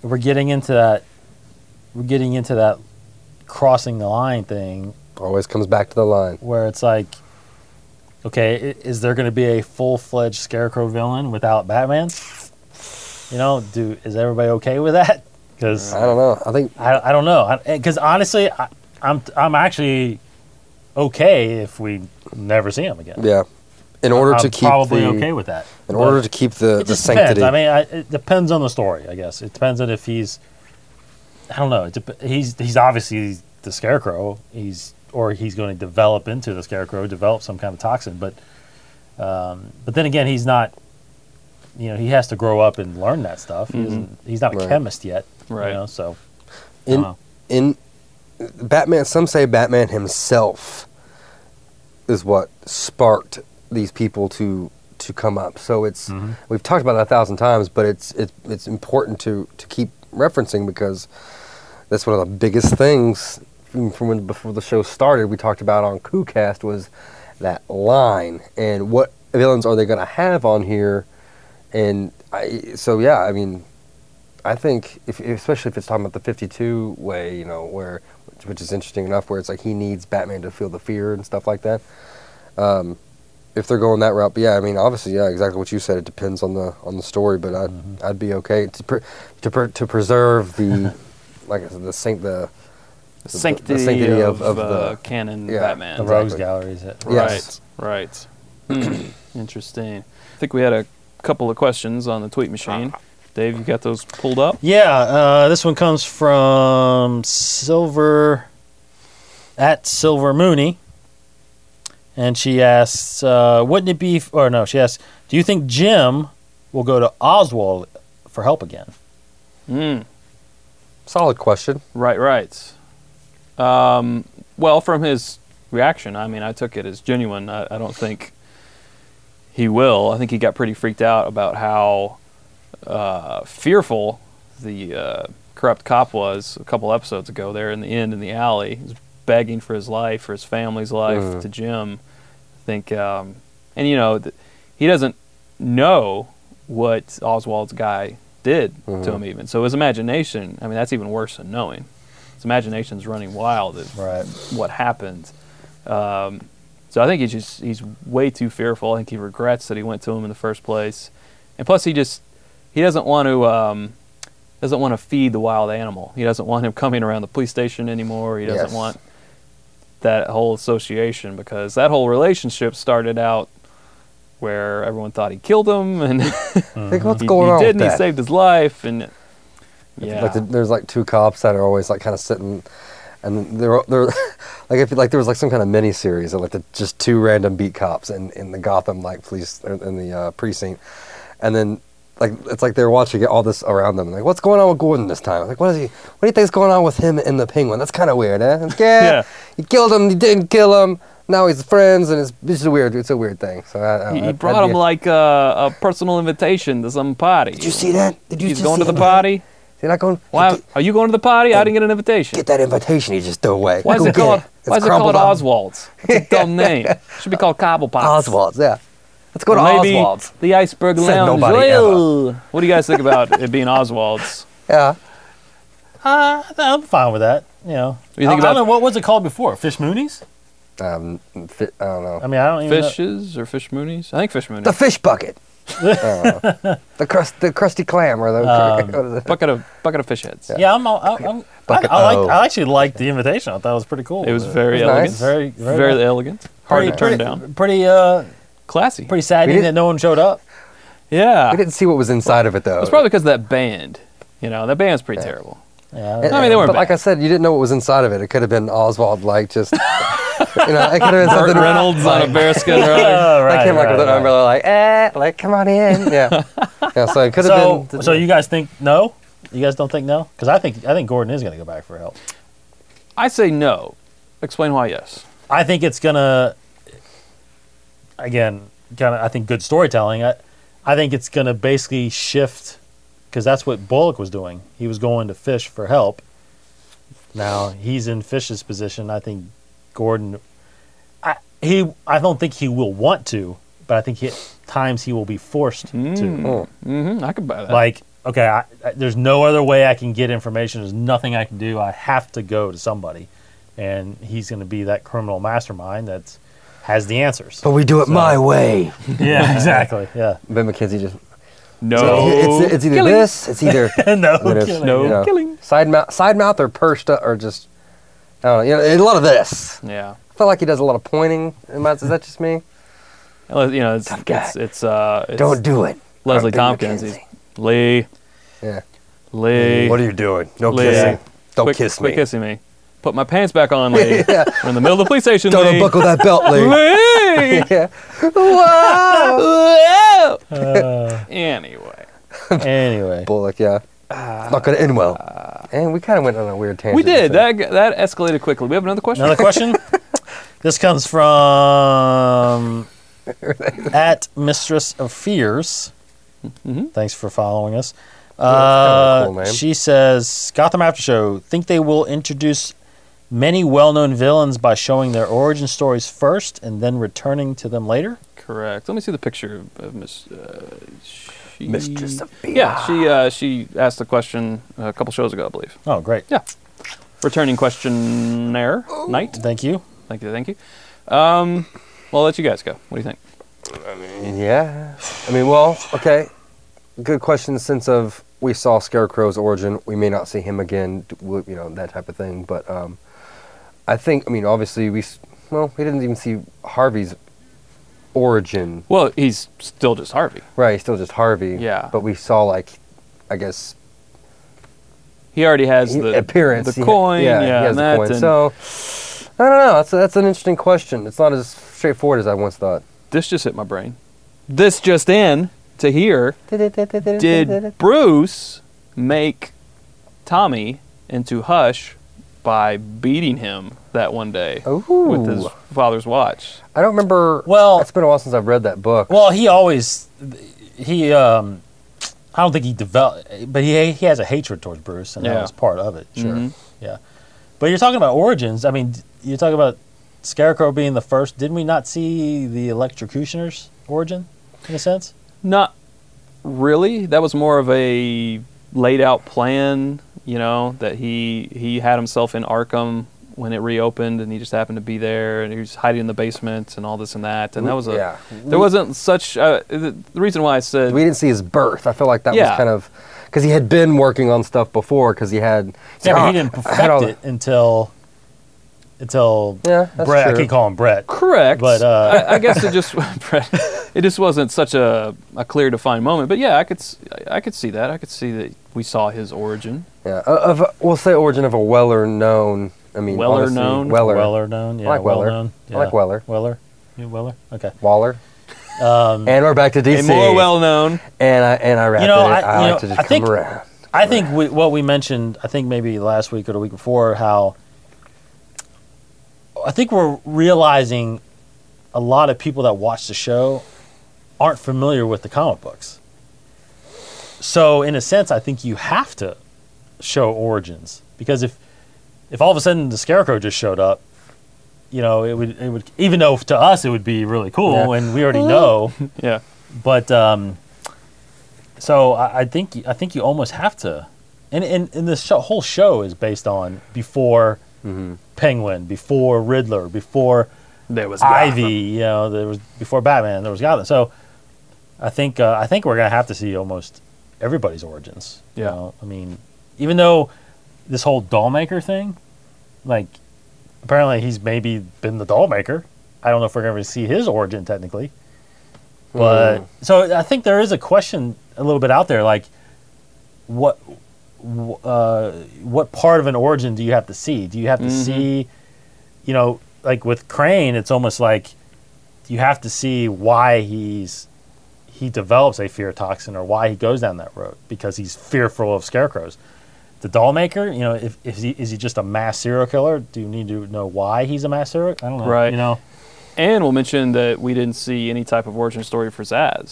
Speaker 4: we're getting into that, we're getting into that crossing the line thing
Speaker 5: always comes back to the line.
Speaker 4: where it's like, okay, i- is there going to be a full fledged Scarecrow villain without Batman? You know, do is everybody okay with that? Because
Speaker 5: I don't know. I think
Speaker 4: eh, I, I don't know because honestly I, I'm I'm actually okay if we never see him again.
Speaker 5: Yeah. In order
Speaker 4: I'm
Speaker 5: to keep
Speaker 4: probably
Speaker 5: the
Speaker 4: okay with that.
Speaker 5: in order
Speaker 4: But
Speaker 5: to keep the,
Speaker 4: it
Speaker 5: the
Speaker 4: just depends.
Speaker 5: sanctity.
Speaker 4: I mean, I, it depends on the story, I guess. It depends on if he's. I don't know. It dep- he's he's obviously the scarecrow. He's or he's going to develop into the scarecrow, develop some kind of toxin. But um, but then again, he's not. You know, he has to grow up and learn that stuff. He
Speaker 1: Mhm.
Speaker 4: isn't, he's not a
Speaker 5: Right.
Speaker 4: chemist yet.
Speaker 1: Right.
Speaker 4: You know, so. I don't
Speaker 5: in
Speaker 4: know.
Speaker 5: in Batman, some say Batman himself is what sparked these people to to come up. So it's
Speaker 4: Mhm.
Speaker 5: we've talked about it a thousand times, but it's it's it's important to to keep referencing because that's one of the biggest things from from when before the show started. We talked about on KuCast was that line and what villains are they going to have on here, and I so yeah, I mean I think, if, especially if it's talking about the 52 way, you know, where, which is interesting enough, where it's like he needs Batman to feel the fear and stuff like that. Um, if they're going that route, but yeah, I mean, obviously, yeah, exactly what you said. It depends on the on the story, but I'd I'd be okay to pre- to pre- to preserve the like I said, the saint the the
Speaker 1: sanctity,
Speaker 5: sanctity
Speaker 1: of,
Speaker 5: of- of
Speaker 1: uh,
Speaker 5: the-
Speaker 1: canon
Speaker 5: yeah,
Speaker 1: Batman.
Speaker 4: the
Speaker 5: Exactly.
Speaker 4: Rogues Gallery is it?
Speaker 1: Right,
Speaker 5: Yes.
Speaker 1: right. (clears throat) Hmm, Interesting. I think we had a couple of questions on the tweet machine. Dave, you got those pulled up?
Speaker 4: Yeah, uh, this one comes from Silver at Silver Mooney, and she asks, uh, "Wouldn't it be?" Or no, she asks, "Do you think Jim will go to Oswald for help again?"
Speaker 1: Mm,
Speaker 5: solid question.
Speaker 1: right, right. Um, well, from his reaction, I mean, I took it as genuine. I, I don't think he will. I think he got pretty freaked out about how uh, fearful the uh, corrupt cop was a couple episodes ago there in the end in the alley. He was begging for his life, for his family's life,
Speaker 5: Mhm.
Speaker 1: to Jim. I think, um, and you know, th- he doesn't know what Oswald's guy did to
Speaker 5: Mhm.
Speaker 1: him, even. So his imagination, I mean, that's even worse than knowing. His imagination's running wild at
Speaker 4: Right.
Speaker 1: what happened. Um, so I think he's just he's way too fearful. I think he regrets that he went to him in the first place, and plus he just he doesn't want to um, doesn't want to feed the wild animal. He doesn't want him coming around the police station anymore. He doesn't
Speaker 5: Yes.
Speaker 1: want that whole association because that whole relationship started out where everyone thought he killed him (laughs) and
Speaker 4: Hmm. Mm-hmm.
Speaker 5: Think what's
Speaker 1: he,
Speaker 5: going
Speaker 1: he
Speaker 5: on
Speaker 1: didn't.
Speaker 5: with
Speaker 1: He
Speaker 5: that?
Speaker 1: saved his life and yeah,
Speaker 5: Like the, there's like two cops that are always like kind of sitting, and they're they're (laughs) like if like there was like some kind of mini series of like the just two random beat cops in in the Gotham like police or in the uh, precinct, and then like it's like they're watching it all this around them. Like what's going on with Gordon this time? Like what is he? What do you think's going on with him and the Penguin? That's kind of weird, eh? It's, yeah,
Speaker 1: Yeah.
Speaker 5: you killed him. You didn't kill him. Now he's friends, and it's it's just weird. It's a weird thing. So I, I,
Speaker 1: he, he
Speaker 5: I'd-
Speaker 1: brought
Speaker 5: I'd
Speaker 1: him
Speaker 5: be-
Speaker 1: like a, a personal invitation to some party.
Speaker 5: Did you see that? Did you
Speaker 1: He's
Speaker 5: just
Speaker 1: going
Speaker 5: see
Speaker 1: to the
Speaker 5: him?
Speaker 1: party.
Speaker 5: You're not going.
Speaker 1: Why are you going to the party? I didn't get an invitation.
Speaker 5: Get that invitation he just threw away.
Speaker 1: Why is
Speaker 5: Go
Speaker 1: it
Speaker 5: get
Speaker 1: called?
Speaker 5: It's
Speaker 1: Why is it called
Speaker 5: crumbled up.
Speaker 1: Oswald's? It's a
Speaker 5: (laughs)
Speaker 1: dumb name. It should be called Cobblepot.
Speaker 5: Oswald's, yeah. Let's go to
Speaker 1: maybe
Speaker 5: Oswald's.
Speaker 1: The Iceberg
Speaker 5: Said
Speaker 1: Lounge.
Speaker 5: nobody ever.
Speaker 1: Ew. What do you guys think about it being
Speaker 5: (laughs)
Speaker 1: Oswald's?
Speaker 5: Yeah.
Speaker 4: Uh, I'm fine with that. You know,
Speaker 1: You think
Speaker 4: I, I
Speaker 1: about-
Speaker 4: don't know, what was it called before? Fish Moonies?
Speaker 5: Um, fi- I don't know.
Speaker 4: I mean, I don't even. know.
Speaker 1: Fishes or fish moonies? I think fish moonies.
Speaker 5: the
Speaker 1: (laughs)
Speaker 5: fish bucket. I don't know. the crust, the crusty clam, or the
Speaker 4: Um,
Speaker 5: what is it?
Speaker 1: bucket of bucket of fish heads.
Speaker 4: Yeah, I'm. all- I'm, I'm I,
Speaker 5: Bucket
Speaker 4: I
Speaker 5: O.
Speaker 4: like. I actually liked the invitation. I thought it was pretty cool.
Speaker 1: It was
Speaker 4: Uh,
Speaker 1: very
Speaker 5: That's nice.
Speaker 1: elegant.
Speaker 4: Very, very,
Speaker 1: Very elegant. Hard to turn down.
Speaker 4: Pretty, uh,
Speaker 1: Classy.
Speaker 4: pretty saddening
Speaker 5: didn't-
Speaker 4: that no one showed up.
Speaker 1: Yeah.
Speaker 5: (laughs) We
Speaker 1: It's
Speaker 5: didn't see what was inside of it though.
Speaker 1: probably because of that band. You know, that band's pretty
Speaker 5: Yeah.
Speaker 1: terrible.
Speaker 4: Yeah,
Speaker 5: And-
Speaker 1: I mean, they weren't
Speaker 5: but like
Speaker 1: bad.
Speaker 5: I said, you didn't know what was inside of it. It could have been Oswald, like
Speaker 1: (laughs)
Speaker 5: just, you know, it could have
Speaker 1: Burt
Speaker 5: been something.
Speaker 1: Reynolds on a (laughs) bearskin
Speaker 5: (laughs)
Speaker 1: rug.
Speaker 4: Oh,
Speaker 5: I
Speaker 4: right,
Speaker 5: came like
Speaker 4: right,
Speaker 5: with an
Speaker 4: right.
Speaker 5: umbrella, like eh, like come on in, yeah.
Speaker 1: (laughs)
Speaker 5: yeah so it could have
Speaker 4: So,
Speaker 5: been.
Speaker 4: so you guys think no? You guys don't think no? Because I think I think Gordon is going to go back for help.
Speaker 1: I say no. Explain why yes.
Speaker 4: I think it's gonna. Again, kind of. I think good storytelling. I, I think it's gonna basically shift because that's what Bullock was doing. He was going to Fish for help. Now he's in Fish's position. I think Gordon. I he. I don't think he will want to, but I think he, at times he will be forced to.
Speaker 5: Mm.
Speaker 1: hmm I could buy that.
Speaker 4: like okay I, I, there's no other way i can get information there's nothing i can do i have to go to somebody and he's going to be that criminal mastermind that has the answers
Speaker 5: But we do it my way.
Speaker 4: yeah (laughs)
Speaker 5: (laughs)
Speaker 4: exactly yeah (laughs)
Speaker 5: Ben McKenzie just.
Speaker 1: (laughs) no.
Speaker 5: It's, it's either
Speaker 1: Killing.
Speaker 5: this. It's either
Speaker 4: no
Speaker 5: It is.
Speaker 4: kidding.
Speaker 1: No
Speaker 5: you know,
Speaker 1: killing.
Speaker 5: Side mouth, side mouth, or perched up, or just I don't know. You know, a lot of this.
Speaker 1: Yeah.
Speaker 5: feel like he does a lot of pointing. Am I- Is that just me?
Speaker 1: Unless, You know, it's
Speaker 5: Tough guy.
Speaker 1: it's, it's uh, it's
Speaker 5: Don't do it.
Speaker 1: Leslie
Speaker 5: Big
Speaker 1: Tompkins. He's
Speaker 5: McKenzie.
Speaker 1: Lee,
Speaker 5: Yeah.
Speaker 1: Lee.
Speaker 5: What are you doing? No
Speaker 1: Lee.
Speaker 5: kissing. Don't
Speaker 1: quit,
Speaker 5: kiss
Speaker 1: quit
Speaker 5: me.
Speaker 1: kissing me. Put my pants back on, Lee.
Speaker 5: (laughs) Yeah.
Speaker 1: We're in the middle of the police station,
Speaker 5: Don't
Speaker 1: Lee.
Speaker 5: unbuckle that belt, Lee.
Speaker 1: Lee.
Speaker 5: (laughs) yeah. Wow.
Speaker 1: (laughs)
Speaker 4: Uh,
Speaker 1: anyway,
Speaker 4: anyway,
Speaker 5: Bullock, yeah. It's not going to end well. and Ah. we kind of went on a weird tangent.
Speaker 1: we
Speaker 5: I
Speaker 1: did
Speaker 5: think.
Speaker 1: that. That escalated quickly. We have another question.
Speaker 4: another question. this comes from at Mistress of Fears.
Speaker 1: Mhm.
Speaker 4: Thanks for following us.
Speaker 5: that's
Speaker 4: Uh,
Speaker 5: kinda a cool name.
Speaker 4: she says Gotham After Show think they will introduce many well-known villains by showing their origin stories first and then returning to them later.
Speaker 1: Correct. Let me see the picture of, of Miss. Uh, she,
Speaker 5: Mistress of Beer.
Speaker 1: Yeah, she uh, she asked the question a couple shows ago, I believe.
Speaker 4: Oh, great!
Speaker 1: Yeah, returning questionnaire night.
Speaker 4: Thank you.
Speaker 1: Thank you, thank you. Um, well, I'll let you guys go. What do you think?
Speaker 5: Yeah. I mean, well, okay. Good question. in the Sense of we saw Scarecrow's origin, we may not see him again. d- w- You know that type of thing. But um, I think. I mean, obviously we. s- Well, we didn't even see Harvey's origin.
Speaker 1: Well, he's still just Harvey.
Speaker 5: Right. He's still just Harvey.
Speaker 1: Yeah.
Speaker 5: But we saw like, I guess
Speaker 1: He already has
Speaker 5: he-
Speaker 1: the
Speaker 5: appearance.
Speaker 1: the
Speaker 5: he-
Speaker 1: coin. Yeah,
Speaker 5: he has
Speaker 1: and
Speaker 5: the
Speaker 1: that,
Speaker 5: coin.
Speaker 1: and
Speaker 5: So I don't know. That's that's an interesting question. It's not as straightforward as I once thought.
Speaker 1: this just hit my brain. This just in to here. Did Bruce make Tommy into Hush by beating him that one day with his
Speaker 5: Ooh.
Speaker 1: father's watch?
Speaker 5: I don't remember.
Speaker 4: Well-
Speaker 5: it's been a while since I've read that book.
Speaker 4: Well, he always he um I don't think he developed, but he he has a hatred towards Bruce, and
Speaker 1: Yeah.
Speaker 4: that was part of it. Sure,
Speaker 1: Mhm.
Speaker 4: yeah. But you're talking about origins. I mean, you're talking about Scarecrow being the first. Didn't we not see the electrocutioner's origin in a sense?
Speaker 1: Not really. That was more of a laid out plan, you know, that he he had himself in Arkham when it reopened and he just happened to be there and he was hiding in the basement and all this and that and that was a
Speaker 5: yeah.
Speaker 1: there wasn't such uh, the, the reason why I said
Speaker 5: We didn't see his birth. I feel like that
Speaker 1: Yeah.
Speaker 5: was kind of because he had been working on stuff before because he had.
Speaker 4: Yeah, but
Speaker 5: "Oh,
Speaker 4: he didn't
Speaker 5: I had all
Speaker 4: perfect it until until
Speaker 5: Yeah, that's
Speaker 4: Brett.
Speaker 5: true.
Speaker 4: I keep calling Brett.
Speaker 1: Correct.
Speaker 4: But, uh,
Speaker 1: I, I guess it just (laughs) it just wasn't such a, a clear defined moment. But yeah, I could s- I could see that. I could see that we saw his origin.
Speaker 5: Yeah, of of- we'll say origin of a Weller known. I mean,
Speaker 1: Weller
Speaker 5: honestly,
Speaker 1: known?
Speaker 5: Weller,
Speaker 4: Weller known, yeah,
Speaker 5: like
Speaker 4: well
Speaker 5: Weller.
Speaker 4: known.
Speaker 5: I like
Speaker 4: yeah.
Speaker 5: Weller.
Speaker 4: Weller, yeah, Weller. Okay.
Speaker 5: Waller,
Speaker 4: Um,
Speaker 5: and we're back to DC.
Speaker 1: A more well known.
Speaker 5: and I and I wrapped
Speaker 4: You know,
Speaker 5: it.
Speaker 4: I-
Speaker 5: I,
Speaker 4: you
Speaker 5: like
Speaker 4: know,
Speaker 5: to
Speaker 4: I
Speaker 5: just come
Speaker 4: think-
Speaker 5: around.
Speaker 4: I think we, what we mentioned, I think maybe last week or the week before, how I think we're realizing a lot of people that watch the show aren't familiar with the comic books. So, in a sense, I think you have to show origins because if if all of a sudden the scarecrow just showed up, you know, it would it would even though to us it would be really cool
Speaker 5: Yeah.
Speaker 4: and we already know
Speaker 1: Yeah.
Speaker 4: but um, so I, I think I think you almost have to, and and, and this show, whole show is based on before
Speaker 5: Mm-hmm.
Speaker 4: Penguin, before Riddler, before
Speaker 1: There was
Speaker 4: Ivy. You know, there was before Batman, there was Gotham. So I think uh, I think we're gonna have to see almost everybody's origins.
Speaker 1: Yeah.
Speaker 4: You know? I mean, even though this whole dollmaker thing, like apparently he's maybe been the dollmaker. I don't know if we're gonna see his origin technically, but
Speaker 1: Hmm.
Speaker 4: so I think there is a question a little bit out there, like what. wh- Uh, what part of an origin do you have to see? Do you have to
Speaker 1: Mhm.
Speaker 4: see you know, like with Crane, it's almost like you have to see why he's he develops a fear toxin or why he goes down that road because he's fearful of scarecrows. The dollmaker, you know, if, if he, is he just a mass serial killer? Do you need to know why he's a mass serial? I don't know.
Speaker 1: Right.
Speaker 4: You know,
Speaker 1: And we'll mention that we didn't see any type of origin story for Zaz.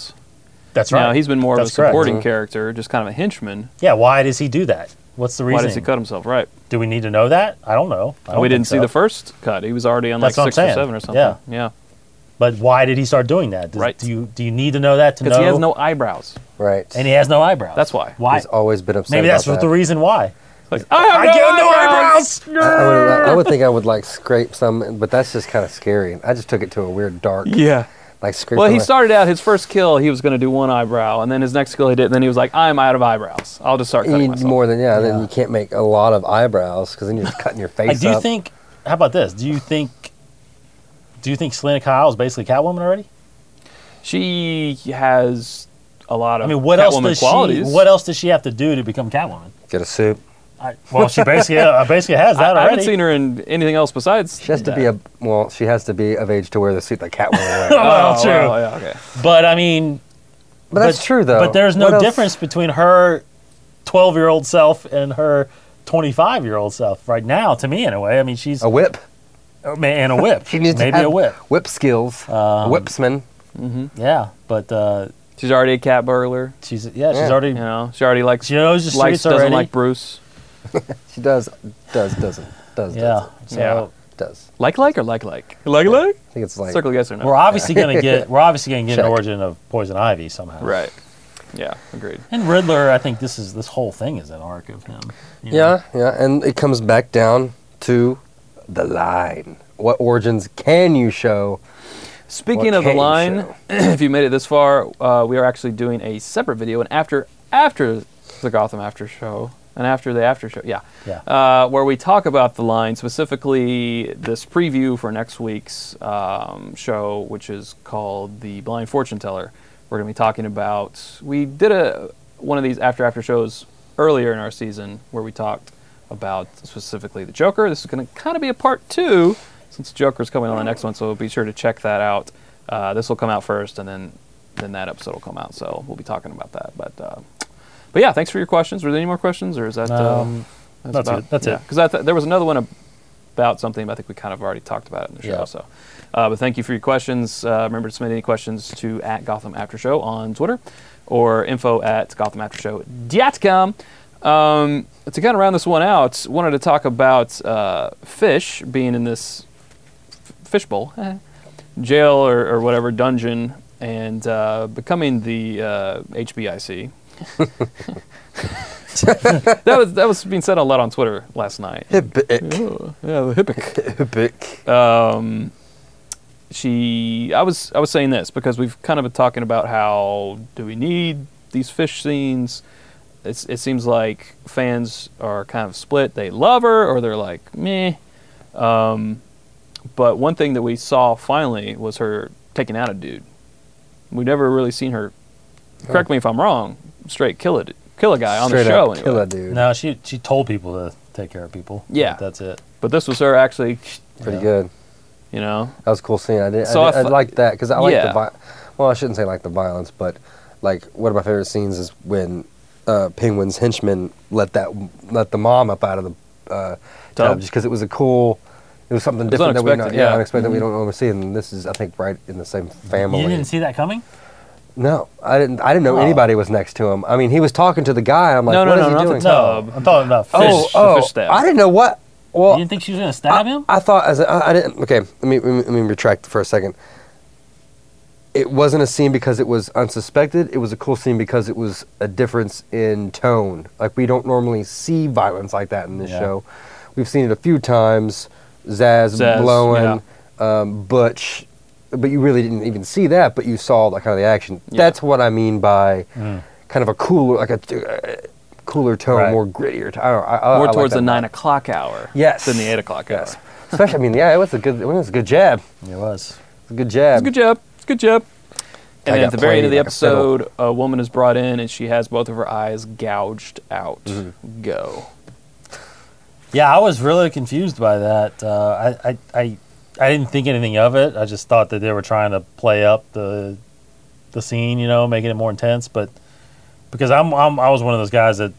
Speaker 4: that's right.
Speaker 1: Now he's been more
Speaker 4: That's
Speaker 1: of a
Speaker 4: correct. Uh-huh.
Speaker 1: supporting
Speaker 5: Mhm.
Speaker 1: character, just kind of a henchman.
Speaker 4: yeah. Why does he do that? What's the reason?
Speaker 1: Why does he cut himself? Right.
Speaker 4: Do we need to know that? I don't know. I don't
Speaker 1: we didn't
Speaker 4: think
Speaker 1: see
Speaker 4: so.
Speaker 1: the first cut. He was already on
Speaker 4: That's
Speaker 1: like
Speaker 4: what I'm
Speaker 1: six or
Speaker 4: saying.
Speaker 1: seven or something.
Speaker 4: Yeah.
Speaker 1: Yeah.
Speaker 4: But why did he start doing that? Does,
Speaker 1: Right.
Speaker 4: Do you do you need to know that to know?
Speaker 1: Because he has no eyebrows.
Speaker 5: Right.
Speaker 4: and he has no eyebrows.
Speaker 1: That's why.
Speaker 4: Why?
Speaker 5: He's always been upset.
Speaker 4: Maybe
Speaker 5: about
Speaker 4: that's
Speaker 5: that.
Speaker 4: the reason why.
Speaker 1: Like, I have
Speaker 4: I
Speaker 1: no
Speaker 4: got no
Speaker 1: eyebrows.
Speaker 5: I would, I would think I would like scrape some, but that's just kind of scary. I just took it to a weird dark,
Speaker 1: (laughs) Yeah.
Speaker 5: like scrape.
Speaker 1: Well, he started out his first kill. He was going to do one eyebrow, and then his next kill he did. And then he was like, "I'm out of eyebrows. I'll just start
Speaker 5: You
Speaker 1: cutting
Speaker 5: need
Speaker 1: myself."
Speaker 5: more than yeah, Then
Speaker 4: Yeah.
Speaker 5: you
Speaker 4: (laughs)
Speaker 5: can't make a lot of eyebrows because then you're just cutting your face.
Speaker 4: I do
Speaker 5: up.
Speaker 4: think. How about this? Do you think Do you think Selena Kyle is basically Catwoman already?
Speaker 1: She has a lot of
Speaker 4: I mean, what else
Speaker 1: Catwoman
Speaker 4: does
Speaker 1: qualities.
Speaker 4: she? What else does she have to do to become Catwoman?
Speaker 5: Get a suit.
Speaker 4: I, well, she
Speaker 1: (laughs)
Speaker 4: basically uh, basically has that
Speaker 1: I, I
Speaker 4: already. (laughs)
Speaker 1: haven't seen her in anything else besides.
Speaker 5: She has to be
Speaker 1: that.
Speaker 5: a well. She has to be of age to wear the suit that
Speaker 4: (laughs)
Speaker 5: Catwoman wears.
Speaker 4: Well,
Speaker 1: Oh,
Speaker 4: true.
Speaker 1: well, yeah, okay.
Speaker 4: But I mean,
Speaker 5: But that's true though.
Speaker 4: But there's
Speaker 5: What
Speaker 4: no
Speaker 5: else-
Speaker 4: difference between her 12 year old self and her 25 year old self right now, to me, in a way. I mean, she's
Speaker 5: A whip.
Speaker 4: a man Oh, and a
Speaker 5: (laughs)
Speaker 4: whip.
Speaker 5: She needs to
Speaker 4: Maybe
Speaker 5: have
Speaker 4: a whip.
Speaker 5: Whip skills.
Speaker 4: Um,
Speaker 5: Whipsman.
Speaker 4: Yeah, but uh,
Speaker 1: Mm-hmm. She's already a cat burglar.
Speaker 4: she's yeah, she's
Speaker 5: Yeah.
Speaker 4: already
Speaker 1: You know, she already likes
Speaker 4: she knows the
Speaker 1: likes
Speaker 4: streets
Speaker 1: doesn't
Speaker 4: already.
Speaker 1: like Bruce.
Speaker 5: She does. Does doesn't. Does.
Speaker 4: yeah, so
Speaker 1: Yeah.
Speaker 5: Does. does.
Speaker 1: Like like or like like like like.
Speaker 5: I think it's like.
Speaker 1: Circle yes or no.
Speaker 4: we're obviously
Speaker 5: (laughs)
Speaker 4: gonna get we're obviously gonna get an
Speaker 5: Check.
Speaker 4: origin of poison ivy somehow.
Speaker 1: Right. Yeah. Agreed.
Speaker 4: And Riddler, I think this is this whole thing is an arc of him. you know?
Speaker 5: Yeah, yeah, and it comes back down to the line. What origins can you show?
Speaker 1: Speaking of
Speaker 5: What
Speaker 1: the
Speaker 5: can you
Speaker 1: line,
Speaker 5: show?
Speaker 1: (clears throat) if you made it this far, uh, we are actually doing a separate video, and after after the Gotham After Show, and after the After Show, yeah,
Speaker 4: Yeah.
Speaker 1: uh, where we talk about the line specifically. This preview for next week's um, show, which is called the Blind Fortune Teller, we're going to be talking about. We did a one of these after after shows earlier in our season where we talked about specifically the Joker. This is going to kind of be a part two since Joker's coming on the next one, so be sure to check that out. Uh, this will come out first, and then then that episode will come out. So we'll be talking about that. But uh, but yeah, thanks for your questions. Were there any more questions, or is that
Speaker 4: Um,
Speaker 1: uh,
Speaker 4: that's it. That's it.
Speaker 1: Because I th- there was another one about something, but I think we kind of already talked about it in the show.
Speaker 4: Yeah.
Speaker 1: So, uh, but thank you for your questions. Uh, remember to submit any questions to at Gotham After Show on Twitter or info at gothamaftershow.com. Um, to kind of round this one out, wanted to talk about uh, fish being in this f- fishbowl eh, jail or, or whatever dungeon and uh, becoming the uh, HBIC. (laughs) that was that was being said a lot on Twitter last night.
Speaker 5: Hibbick.
Speaker 1: Oh, yeah, the hippic.
Speaker 5: Hibbick.
Speaker 1: Uh, She, I was, I was saying this because we've kind of been talking about how do we need these fish scenes? It's, it seems like fans are kind of split. They love her or they're like meh. Um, but one thing that we saw finally was her taking out a dude. We've never really seen her. Correct me if I'm wrong. Straight kill a kill a guy on
Speaker 5: Straight
Speaker 1: the show.
Speaker 5: up
Speaker 1: anyway.
Speaker 5: kill that dude.
Speaker 4: No, she she told people to take care of people.
Speaker 1: um, Yeah.
Speaker 4: that's it.
Speaker 1: But this was her actually,
Speaker 5: Pretty
Speaker 4: Yeah.
Speaker 5: good.
Speaker 1: you know,
Speaker 5: That was a cool scene. I did.
Speaker 1: So
Speaker 5: I,
Speaker 1: I
Speaker 5: did, I
Speaker 1: thought-
Speaker 5: like that because I like
Speaker 1: Yeah.
Speaker 5: the. Vi- well, I shouldn't say like the violence, but like one of my favorite scenes is when uh, Penguin's henchmen let that let the mom up out of the uh,
Speaker 1: Tub?
Speaker 5: tub just because it was a cool. It was something
Speaker 1: was
Speaker 5: different that we know,
Speaker 1: unexpected,
Speaker 5: yeah,
Speaker 1: yeah. Mm-hmm.
Speaker 5: unexpected that we don't normally see, and this is I think right in the same family.
Speaker 4: You didn't see that coming.
Speaker 5: No, I didn't. I didn't know
Speaker 4: Oh.
Speaker 5: anybody was next to him. I mean, he was talking to the guy. I'm like,
Speaker 1: No, no,
Speaker 5: what
Speaker 1: no,
Speaker 5: is
Speaker 1: not
Speaker 5: he
Speaker 1: the
Speaker 5: doing?
Speaker 1: tub.
Speaker 4: No, I'm talking about fish.
Speaker 5: oh,
Speaker 1: um, Fish, the
Speaker 5: oh,
Speaker 1: fish stab.
Speaker 5: I didn't know what. Oh, Well,
Speaker 4: you didn't think she was gonna stab him?
Speaker 5: I thought as a, I, I didn't. Okay, let me, let me let me retract for a second. It wasn't a scene because it was unsuspected. It was a cool scene because it was a difference in tone. Like we don't normally see violence like that in this
Speaker 4: Yeah.
Speaker 5: show. We've seen it a few times. Zaz,
Speaker 1: Zaz,
Speaker 5: blowing, um, Butch, but you really didn't even see that. But you saw like kind of the action.
Speaker 1: Yeah.
Speaker 5: That's what I mean by
Speaker 4: Mm.
Speaker 5: kind of a cooler, like a uh, cooler tone,
Speaker 4: Right.
Speaker 5: more grittier. T- I don't, I, Oh, I, I
Speaker 1: more
Speaker 5: like
Speaker 1: towards
Speaker 5: that
Speaker 1: the
Speaker 5: vibe.
Speaker 1: nine o'clock hour.
Speaker 5: Yes.
Speaker 1: Than the eight o'clock hour.
Speaker 5: Yes. Especially, I mean, yeah, it was a good, it was a good jab. It
Speaker 4: It was.
Speaker 5: was a good jab.
Speaker 1: It's a good job. It's a good job. And then
Speaker 5: I got
Speaker 1: at the very end of the
Speaker 5: played like a fiddle.
Speaker 1: episode, a, woman is brought in and she has both of her eyes gouged out.
Speaker 5: Mm-hmm.
Speaker 1: Go.
Speaker 4: Yeah, I was really confused by that. Uh, I, I, I, I didn't think anything of it. I just thought that they were trying to play up the, the scene, you know, making it more intense. But because I'm, I'm I was one of those guys that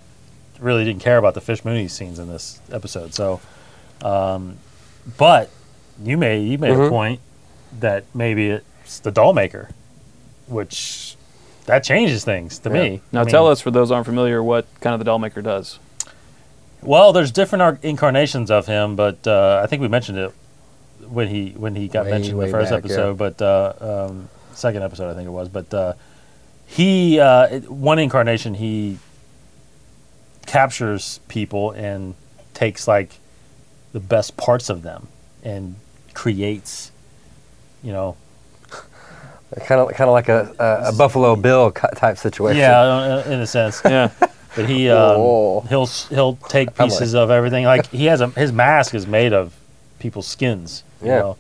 Speaker 4: really didn't care about the Fish Mooney scenes in this episode. So, um, but you made you made a
Speaker 1: Mm-hmm.
Speaker 5: Mhm.
Speaker 4: point that maybe it's the doll maker, which that changes things to me.
Speaker 1: Now
Speaker 4: I mean-
Speaker 1: tell us, for those aren't familiar, what kind of the doll maker
Speaker 5: (laughs)
Speaker 1: does.
Speaker 4: Well, there's different ar- incarnations of him, but uh, I think we mentioned it when he when he got
Speaker 5: Way,
Speaker 4: mentioned in
Speaker 5: way
Speaker 4: the first
Speaker 5: back, yeah.
Speaker 4: episode, but uh, um, second episode I think it was. But uh, he uh, it- one incarnation he captures people and takes like the best parts of them and creates, you know,
Speaker 5: Kind of, kind of like a, a, a Buffalo Bill ki- type situation.
Speaker 4: yeah, uh, in- in a sense.
Speaker 1: Yeah.
Speaker 4: But
Speaker 5: (laughs)
Speaker 4: he um,
Speaker 5: Whoa.
Speaker 4: he'll s- he'll take
Speaker 5: I'm
Speaker 4: pieces of everything. Like he has a his mask is made of people's skins. You
Speaker 5: Yeah.
Speaker 4: know?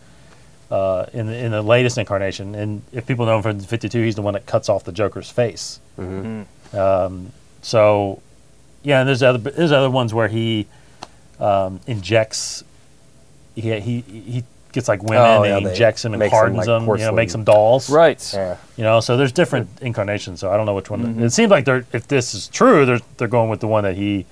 Speaker 4: uh, in the, in the latest incarnation. And if people know him from Fifty Two, he's the one that cuts off the Joker's face.
Speaker 5: Mm-hmm.
Speaker 1: Mhm.
Speaker 4: Um, so, yeah, and there's other there's other ones where he um, injects. He, he he gets like women
Speaker 5: Oh,
Speaker 4: and
Speaker 5: yeah,
Speaker 4: he
Speaker 5: they
Speaker 4: injects them and
Speaker 5: makes 'em
Speaker 4: hardens
Speaker 5: like
Speaker 4: them, you know,
Speaker 5: porcelain.
Speaker 4: makes them dolls,
Speaker 1: Right.
Speaker 5: Yeah.
Speaker 4: You know, so there's different incarnations. So I don't know which one.
Speaker 5: Mm-hmm.
Speaker 4: It seems like they're if this is true, they're they're going with the one that he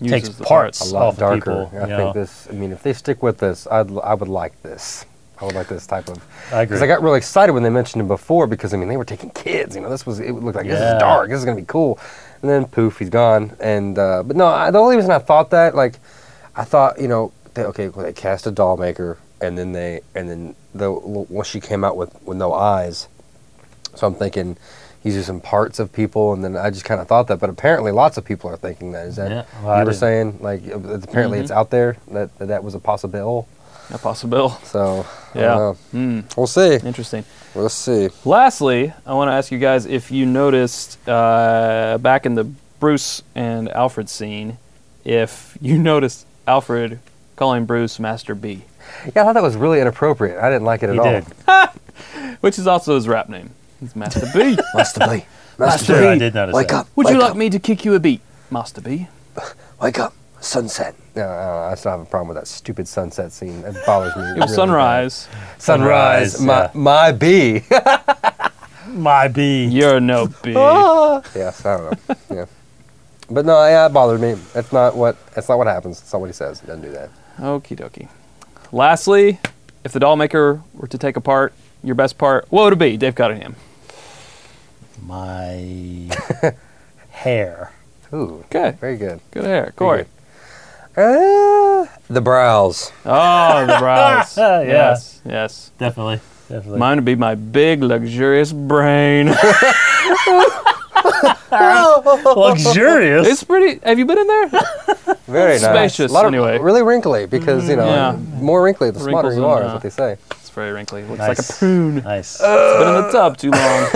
Speaker 1: Uses
Speaker 4: takes
Speaker 1: the
Speaker 4: parts.
Speaker 5: a
Speaker 4: off
Speaker 5: lot
Speaker 4: of
Speaker 5: darker.
Speaker 4: people,
Speaker 5: I
Speaker 4: you know.
Speaker 5: think this. I mean, if they stick with this, I'd, I would like this. I would like this type of.
Speaker 4: I agree.
Speaker 5: Because I got really excited when they mentioned him before. Because I mean, they were taking kids. You know, this was it looked like this
Speaker 4: Yeah.
Speaker 5: is dark. This is gonna be cool. And then poof, he's gone. And uh, but no, I, the only reason I thought that, like, I thought you know, they, okay, well, they cast a doll maker, and then they and then the once she came out with with no eyes, so I'm thinking. He's using parts of people, and then I just kind of thought that. But apparently, lots of people are thinking that. Is that
Speaker 4: Yeah, well, I
Speaker 5: you were
Speaker 4: didn't-
Speaker 5: saying? Like, uh, apparently,
Speaker 4: Mm-hmm.
Speaker 5: it's out there that that, that was a possibility.
Speaker 1: A possible.
Speaker 5: So I don't
Speaker 1: Yeah.
Speaker 5: know.
Speaker 1: Hmm.
Speaker 5: we'll see.
Speaker 1: Interesting.
Speaker 5: We'll see.
Speaker 1: Lastly, I want to ask you guys if you noticed uh, back in the Bruce and Alfred scene, if you (laughs) noticed Alfred calling Bruce Master B,
Speaker 5: Yeah, I thought that was really inappropriate. I didn't like it at
Speaker 4: He
Speaker 5: all. (laughs)
Speaker 4: did.
Speaker 1: which is also his rap name. It's Master
Speaker 5: (laughs)
Speaker 1: B.
Speaker 5: Master B. Master
Speaker 4: Sure,
Speaker 5: B.
Speaker 4: I did notice
Speaker 5: Wake
Speaker 4: that.
Speaker 5: up.
Speaker 1: Would
Speaker 5: wake
Speaker 1: you like
Speaker 5: up,
Speaker 1: me to kick you a beat, Master B?
Speaker 5: Wake up. Sunset. No, I, don't know. I still have a problem with that stupid sunset scene. It bothers me.
Speaker 1: (laughs) It was sunrise.
Speaker 5: Sunrise.
Speaker 4: Sunrise,
Speaker 5: My
Speaker 4: yeah.
Speaker 5: my B.
Speaker 4: (laughs) My B.
Speaker 1: You're no B.
Speaker 5: (laughs) Ah! yes, I don't know. Yeah. But no, yeah, it bothered me. That's not what. That's not what happens. That's not what he says. He doesn't do that.
Speaker 1: Okie dokie. Lastly, if the doll maker were to take apart your best part, what would it be? Dave Cottingham.
Speaker 4: (laughs) My hair.
Speaker 5: Ooh.
Speaker 1: Okay.
Speaker 5: Very good.
Speaker 1: Good hair. Corey.
Speaker 5: Uh, the brows.
Speaker 1: Oh,
Speaker 5: (laughs)
Speaker 1: the brows.
Speaker 4: Yeah.
Speaker 1: Yes. Yes.
Speaker 4: Definitely. Definitely. (laughs)
Speaker 1: Mine would be my big, luxurious
Speaker 5: (laughs)
Speaker 1: brain.
Speaker 4: Luxurious.
Speaker 1: it's pretty. Have you been in
Speaker 5: (laughs)
Speaker 1: there?
Speaker 5: Very nice.
Speaker 1: Spacious,
Speaker 5: lot of,
Speaker 1: anyway. Mm,
Speaker 5: Really wrinkly because you know
Speaker 1: Yeah.
Speaker 5: more wrinkly the smarter
Speaker 1: Wrinkles
Speaker 5: you
Speaker 1: and,
Speaker 5: are
Speaker 1: uh,
Speaker 5: is what they say.
Speaker 1: It's very wrinkly. Looks
Speaker 4: nice.
Speaker 1: like a prune.
Speaker 4: Nice.
Speaker 1: It's been in the tub too long.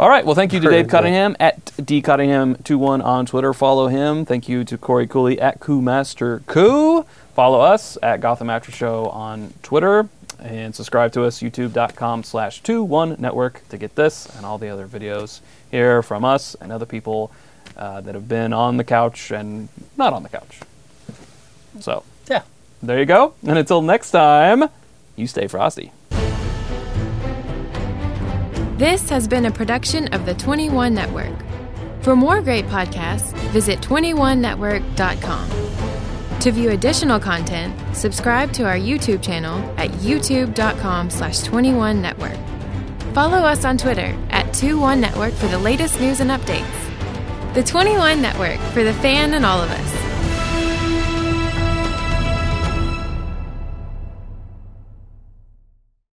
Speaker 1: All right. Well, thank you to Dave
Speaker 5: Prune.
Speaker 1: Cottingham at dcottingham21 on Twitter. Follow him. Thank you to Corey Cooley at Coo Master Coo. Follow us at Gotham After Show on Twitter. And subscribe to us, youtube.com slash 21 network to get this and all the other videos here from us and other people uh, that have been on the couch and not on the couch. So
Speaker 4: yeah.
Speaker 1: there you go. And until next time, you stay frosty.
Speaker 6: This has been a production of the 21 Network. For more great podcasts, visit 21network.com. To view additional content, subscribe to our YouTube channel at youtube.com slash 21network. Follow us on Twitter at 21network for the latest news and updates. The 21 Network for the fan and all of us.